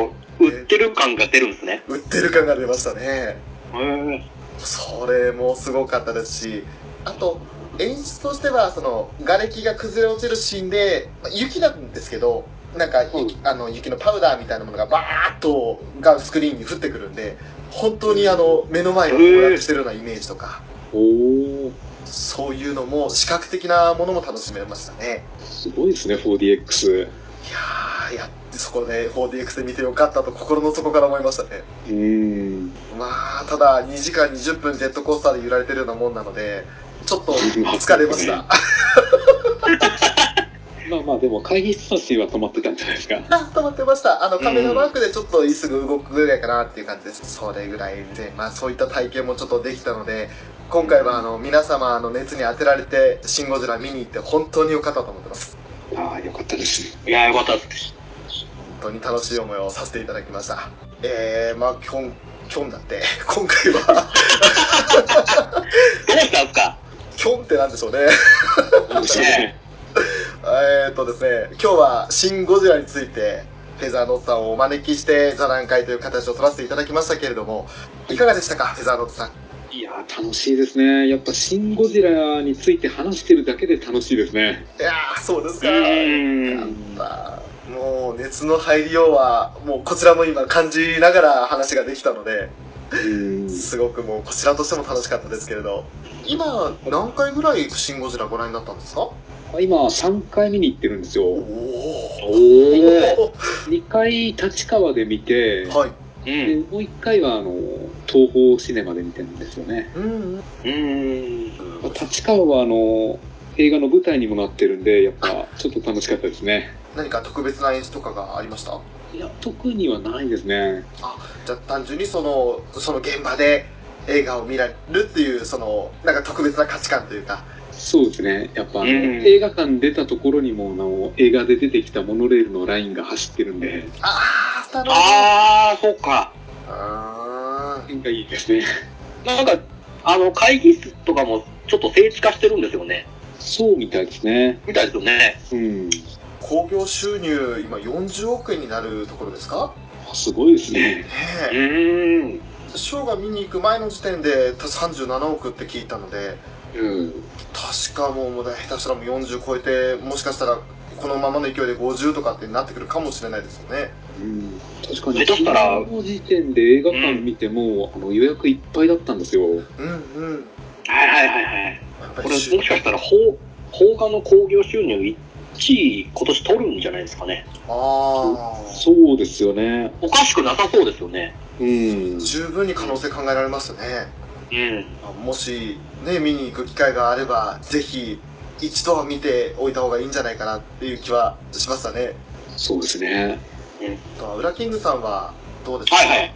おお。売ってる感が出るんですね。
撃ってる感が出ましたね
へえ。
それもすごかったですし、あと、演出としては、その、瓦礫が崩れ落ちるシーンで、まあ雪なんですけど、なんか雪、あの、雪のパウダーみたいなものがバーッと、がスクリーンに降ってくるんで、本当にあの、目の前を暗くしてるようなイメージとか、
おお
そういうのも、視覚的なものも楽しめましたね。
すごいですね 4DX
いやー、やって、そこで 4DX で見てよかったと心の底から思いましたね。
うん
まあ、ただ、2時間20分ジェットコースターで揺られてるようなもんなので、ちょっと疲れました。
まあまあでも会議室のシーンは止まってたんじゃないですか
あ、止まってました。あの、カメラワークでちょっとすぐ動くぐらいかなっていう感じです。それぐらいで、まあそういった体験もちょっとできたので、今回はあの、皆様の熱に当てられて、シン・ゴジラ見に行って本当に良かったと思ってます。
ああよかったです
いや、よかったです。
本当に楽しい思いをさせていただきました。えー、まあ、きょん、きょんだって、 今回は、
どうしたんですか
きょんってなんでしょうね。
ね
えーっとですね、今日はシン・ゴジラについて、フェザーノットさんをお招きして座談会という形を取らせていただきましたけれども、いかがでしたか、フェザーノットさん。
いやー楽しいですねやっぱ「シン・ゴジラ」について話してるだけで楽しいですね
いやー、そうですか。
え。うん。
まあ、もう熱の入りようは、もうこちらも今感じながら話ができたので、
うん
すごくもうこちらとしても楽しかったですけれど、今何回ぐらいシンゴジラご覧になったんですか
今3回見に行ってるんです
お
よ
お
お
2回立川で見て、
はい。
う
で
ん。
もう1回はあの東宝シネマで見てるんですよね
うん。
うん。
まあ立川はあの映画の舞台にもなってるんでやっぱちょっと楽しかったですね
何か特別な演出とかがありました
いや特にはないですね
じゃあ単純にその、その現場で映画を見られるっていう、その、なんか特別な価値観というか、
そうですねやっぱあの、
うん
映画館出たところにもあの映画で出てきたモノレールのラインが走ってるんで
あー、なるほど。
ああ、そうか。
あ
なんかいいですね
なんか、あの、会議室とかも、ちょっと聖地化してるんですよね。
そうみたいですね
みたいですよね。
うん
ー興行収入、今40億円になるところですか
すごいですね
ね
う
え
ーん。
ショーが見に行く前の時点でた37億って聞いたので
うん
確かもうもう下手したらもう40超えてもしかしたらこのままの勢いで50とかってなってくるかもしれないですよね
うん確かに
下手したら
昨日の時点で映画館見ても、あの予約いっぱいだったんですよ
うんうん
はいはいはいはい。
やっぱ
これ、
り
も
し
しかしたら、邦邦画の興行収入1位、今年取るんじゃないですかね。
ああ
そうですよね
おかしくなさそうですよね。
うん
十分に可能性考えられますね
うん。
もしね、見に行く機会があれば、ぜひ、一度は見ておいた方がいいんじゃないかなっていう気はしましたね。
そうですね。
あとは、ウラキングさんは、どうですか
はいはい。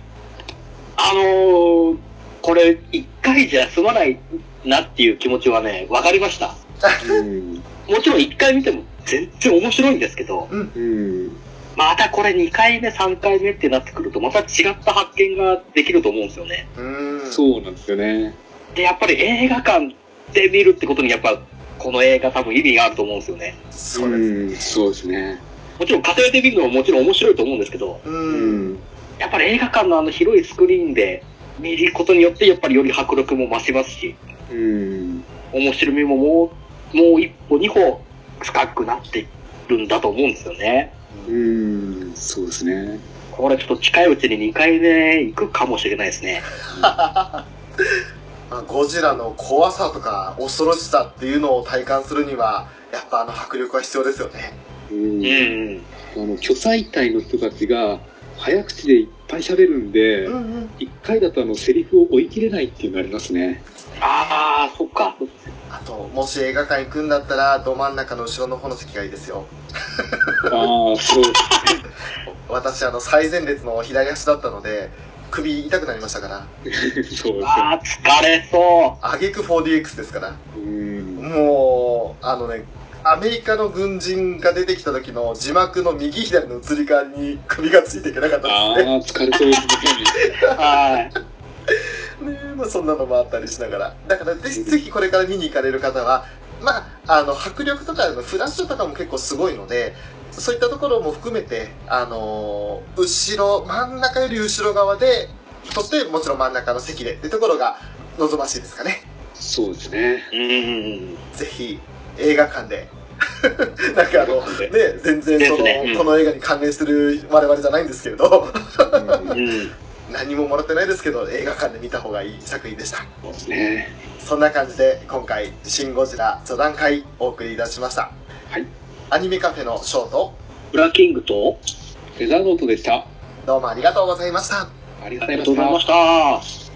あのー、これ、一回じゃ済まないなっていう気持ちはね、わかりました。
うん。
もちろん一回見ても全然面白いんですけど、
うん。
またこれ2回目、3回目ってなってくると、また違った発見ができると思うんですよね。
うーん。
そうなんですよね。
で、やっぱり映画館で見るってことに、やっぱ、この映画多分意味があると思うんですよね。
そうです。
ん。そうですね。
もちろん家庭で見るのももちろん面白いと思うんですけど、
う。
うんん。
やっぱり映画館のあの広いスクリーンで見ることによって、やっぱりより迫力も増しますし、
うん。
面白みももう、もう一歩二歩深くなってるんだと思うんですよね。
うん。そうですね。
これちょっと近いうちに2回目行くかもしれないですね。
まあ、ゴジラの怖さとか、恐ろしさっていうのを体感するには、やっぱあの迫力は必要ですよね。
うん
うん。
あの、巨彩隊の人たちが、早口でいっぱい喋るんで、
んうん。
一回だとあの、セリフを追い切れないっていうのありますね。
ああ、そっか。
あと、もし映画館行くんだったら、ど真ん中の後ろの方の席がいいですよ。
ああ、そう。
私、あの、最前列の左足だったので、首痛くなりましたから、
そうですね。
ああ、疲れそ
あげく 4DX ですから。
うん。
もう、あのね、アメリカの軍人が出てきた時の字幕の右左の移り変わりに首がついていけなかっ
あ
た
あ
ですね。、
疲れそうですね。
う。はい。
ねえまあ、そんなのもあったりしながら。だからぜひ、ぜひこれから見に行かれる方は、まあ、あの、迫力とか、フラッシュとかも結構すごいので、そういったところも含めて、あのー後ろ、真ん中より後ろ側で、そしてもちろん真ん中の席でってところが望ましいですかね。
そうですね。
うん。
ぜひ映画館で なんかあの
映
ね全然その、
ですねうん
この映画に関連する我々じゃないんですけれど
うん
うん。
何ももらってないですけど映画館で見た方がいい作品でした
そうですね。
そんな感じで今回「シン・ゴジラ」座談会お送りいたしました
はい
アニメカフェのショート
ブラキングと
フェザーノートでした。
どうもありがとうございました
あり
あ
がと
り
う
が
ご
とうご
ざい
ざい
ま
ま
し
した。